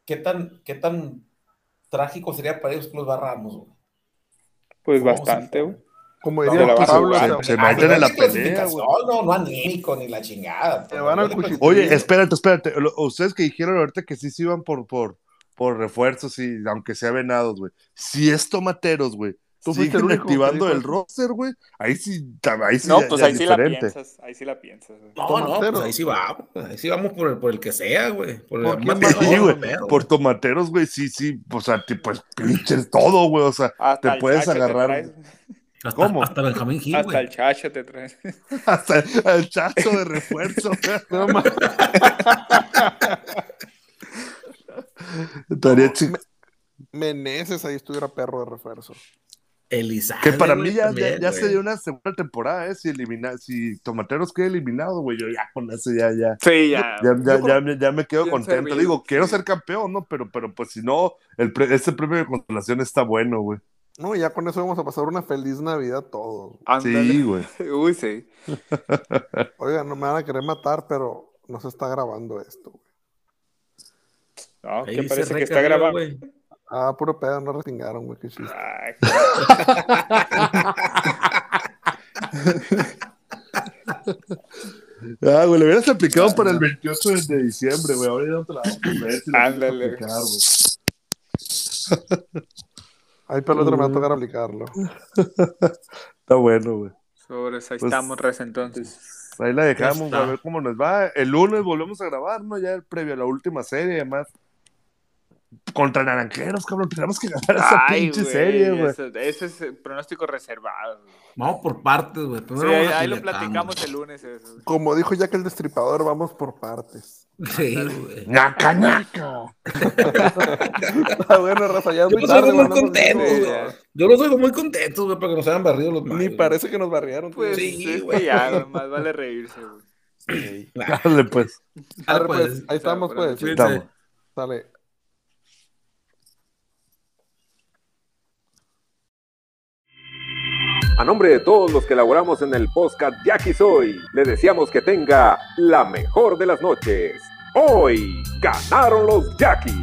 Speaker 3: ¿Qué tan, qué tan trágico sería para ellos que los barramos, güey?
Speaker 2: Pues
Speaker 3: Vamos a-
Speaker 2: bastante, güey.
Speaker 4: Como
Speaker 2: Se la
Speaker 4: diría
Speaker 2: van a
Speaker 4: Pablo,
Speaker 2: jugar,
Speaker 4: se-
Speaker 5: se-
Speaker 4: se,
Speaker 5: Ah, meten
Speaker 3: no
Speaker 5: en la
Speaker 3: es de
Speaker 5: pelea,
Speaker 3: clasificación, No, no anímico ni la chingada. pues,
Speaker 4: van
Speaker 3: no
Speaker 4: al
Speaker 3: de
Speaker 4: cuchitril.
Speaker 5: Oye, espérate, espérate. Lo- Ustedes que dijeron ahorita que sí se iban por, por, por refuerzos y aunque sea venados, güey. Si es tomateros, güey.
Speaker 4: Tú fuiste el
Speaker 5: Siguen
Speaker 4: único que
Speaker 5: activando
Speaker 4: dijo
Speaker 5: el
Speaker 4: eso.
Speaker 5: roster, güey. Ahí sí, ta- ahí sí.
Speaker 2: No,
Speaker 5: ya-
Speaker 2: pues
Speaker 5: ya
Speaker 2: ahí
Speaker 5: es
Speaker 2: sí la
Speaker 5: diferente.
Speaker 2: piensas. Ahí sí la piensas. güey.
Speaker 3: No, no,
Speaker 4: Tomatero.
Speaker 6: Pues ahí sí vamos, pues ahí sí vamos por el, por el que sea, güey. Por el
Speaker 4: ¿Por quién
Speaker 6: más
Speaker 4: vas?
Speaker 5: [LAUGHS] Sí,
Speaker 6: mejor,
Speaker 5: güey,
Speaker 6: pero-
Speaker 5: Por tomateros, güey, sí, sí. O sea, ti- pues pinches todo, güey. O sea,
Speaker 2: Hasta
Speaker 5: Te
Speaker 2: el
Speaker 5: puedes
Speaker 2: chacho
Speaker 5: agarrar-
Speaker 2: traes,
Speaker 6: hasta,
Speaker 5: ¿cómo?
Speaker 6: Hasta Benjamín Gil,
Speaker 2: hasta
Speaker 6: güey.
Speaker 2: el chacho te traes.
Speaker 5: hasta el chacho de refuerzo.
Speaker 4: no ma-
Speaker 5: Estaría chi-
Speaker 4: Meneses ahí estuviera perro de refuerzo.
Speaker 6: Elizalde,
Speaker 5: Que para
Speaker 6: güey,
Speaker 5: mí ya, ya,
Speaker 6: también,
Speaker 5: ya
Speaker 6: güey.
Speaker 5: se dio una segunda temporada, ¿eh? Si, elimina, si Tomateros queda eliminado, güey, yo ya con ese ya, ya.
Speaker 2: [LAUGHS] Sí, ya.
Speaker 5: Ya, ya,
Speaker 4: yo creo-
Speaker 5: ya me- ya me quedo
Speaker 1: bien
Speaker 5: contento.
Speaker 1: servido,
Speaker 5: Digo, quiero
Speaker 1: sí.
Speaker 5: ser campeón, ¿no? Pero, pero pues si no, el pre- este premio de consolación está bueno, güey.
Speaker 4: No, ya con eso vamos a pasar una feliz Navidad todos.
Speaker 5: Sí, güey.
Speaker 2: [LAUGHS]
Speaker 1: Uy, sí.
Speaker 4: Oigan, no me van a querer matar, pero no se está grabando esto. güey.
Speaker 2: No,
Speaker 6: Ahí
Speaker 2: que
Speaker 6: dice
Speaker 2: parece que
Speaker 6: Reca
Speaker 2: está
Speaker 6: arriba,
Speaker 2: grabado.
Speaker 6: güey.
Speaker 4: Ah, puro pedo, no retingaron, güey, qué chiste.
Speaker 2: [LAUGHS] Ay,
Speaker 5: Ah, güey, le hubieras aplicado para el 28 de diciembre, güey. Ahora ya no te la vamos a poner, te la vamos a
Speaker 2: Ándale.
Speaker 5: aplicar, güey.
Speaker 4: Ay, pero el otro me va a
Speaker 5: Mm.
Speaker 4: tocar aplicarlo.
Speaker 5: Está bueno, güey.
Speaker 2: sobre eso, ahí
Speaker 5: Pues-
Speaker 2: estamos, res, entonces.
Speaker 5: Ahí la
Speaker 6: Ya
Speaker 5: dejamos,
Speaker 6: está.
Speaker 5: güey, a ver cómo nos va. El lunes volvemos a grabar, ¿no? Ya el previo a la última serie, además. Contra Naranjeros, cabrón. Tenemos que ganar [LAUGHS] esa
Speaker 2: Ay,
Speaker 5: pinche serie, güey.
Speaker 2: eso- Ese es el pronóstico reservado. güey.
Speaker 6: Vamos por partes, güey.
Speaker 2: Sí,
Speaker 6: Primero
Speaker 2: ahí,
Speaker 6: vamos a
Speaker 2: ahí lo
Speaker 6: Culiacán,
Speaker 2: platicamos el lunes. Eso.
Speaker 4: Como dijo ya que el destripador, vamos por [LAUGHS] partes.
Speaker 6: güey. Sí, güey.
Speaker 5: Ñaca, ñaca.
Speaker 4: Está Ah, bueno, Rafa, ya es
Speaker 6: Yo
Speaker 4: muy
Speaker 6: los
Speaker 4: tarde.
Speaker 6: oigo muy
Speaker 4: güey, no nos
Speaker 6: contentos,
Speaker 4: dejamos-
Speaker 6: güey. Yo los oigo muy contentos, güey, porque nos hayan barrido los
Speaker 4: Ni
Speaker 6: mayos,
Speaker 4: parece que nos barrieron.
Speaker 2: Pues
Speaker 4: tío.
Speaker 6: Sí,
Speaker 2: es que
Speaker 6: güey.
Speaker 2: ya,
Speaker 4: [LAUGHS]
Speaker 2: güey, más vale reírse, güey.
Speaker 6: güey. Nah,
Speaker 5: Dale, pues.
Speaker 6: dale,
Speaker 4: Arre, pues,
Speaker 6: pues.
Speaker 4: ahí estamos, pues.
Speaker 6: Cuídense.
Speaker 5: Estamos.
Speaker 4: Dale.
Speaker 1: A nombre de todos los que elaboramos en el podcast Jackie Soy, le deseamos que tenga la mejor de las noches. Hoy ganaron los Jackies.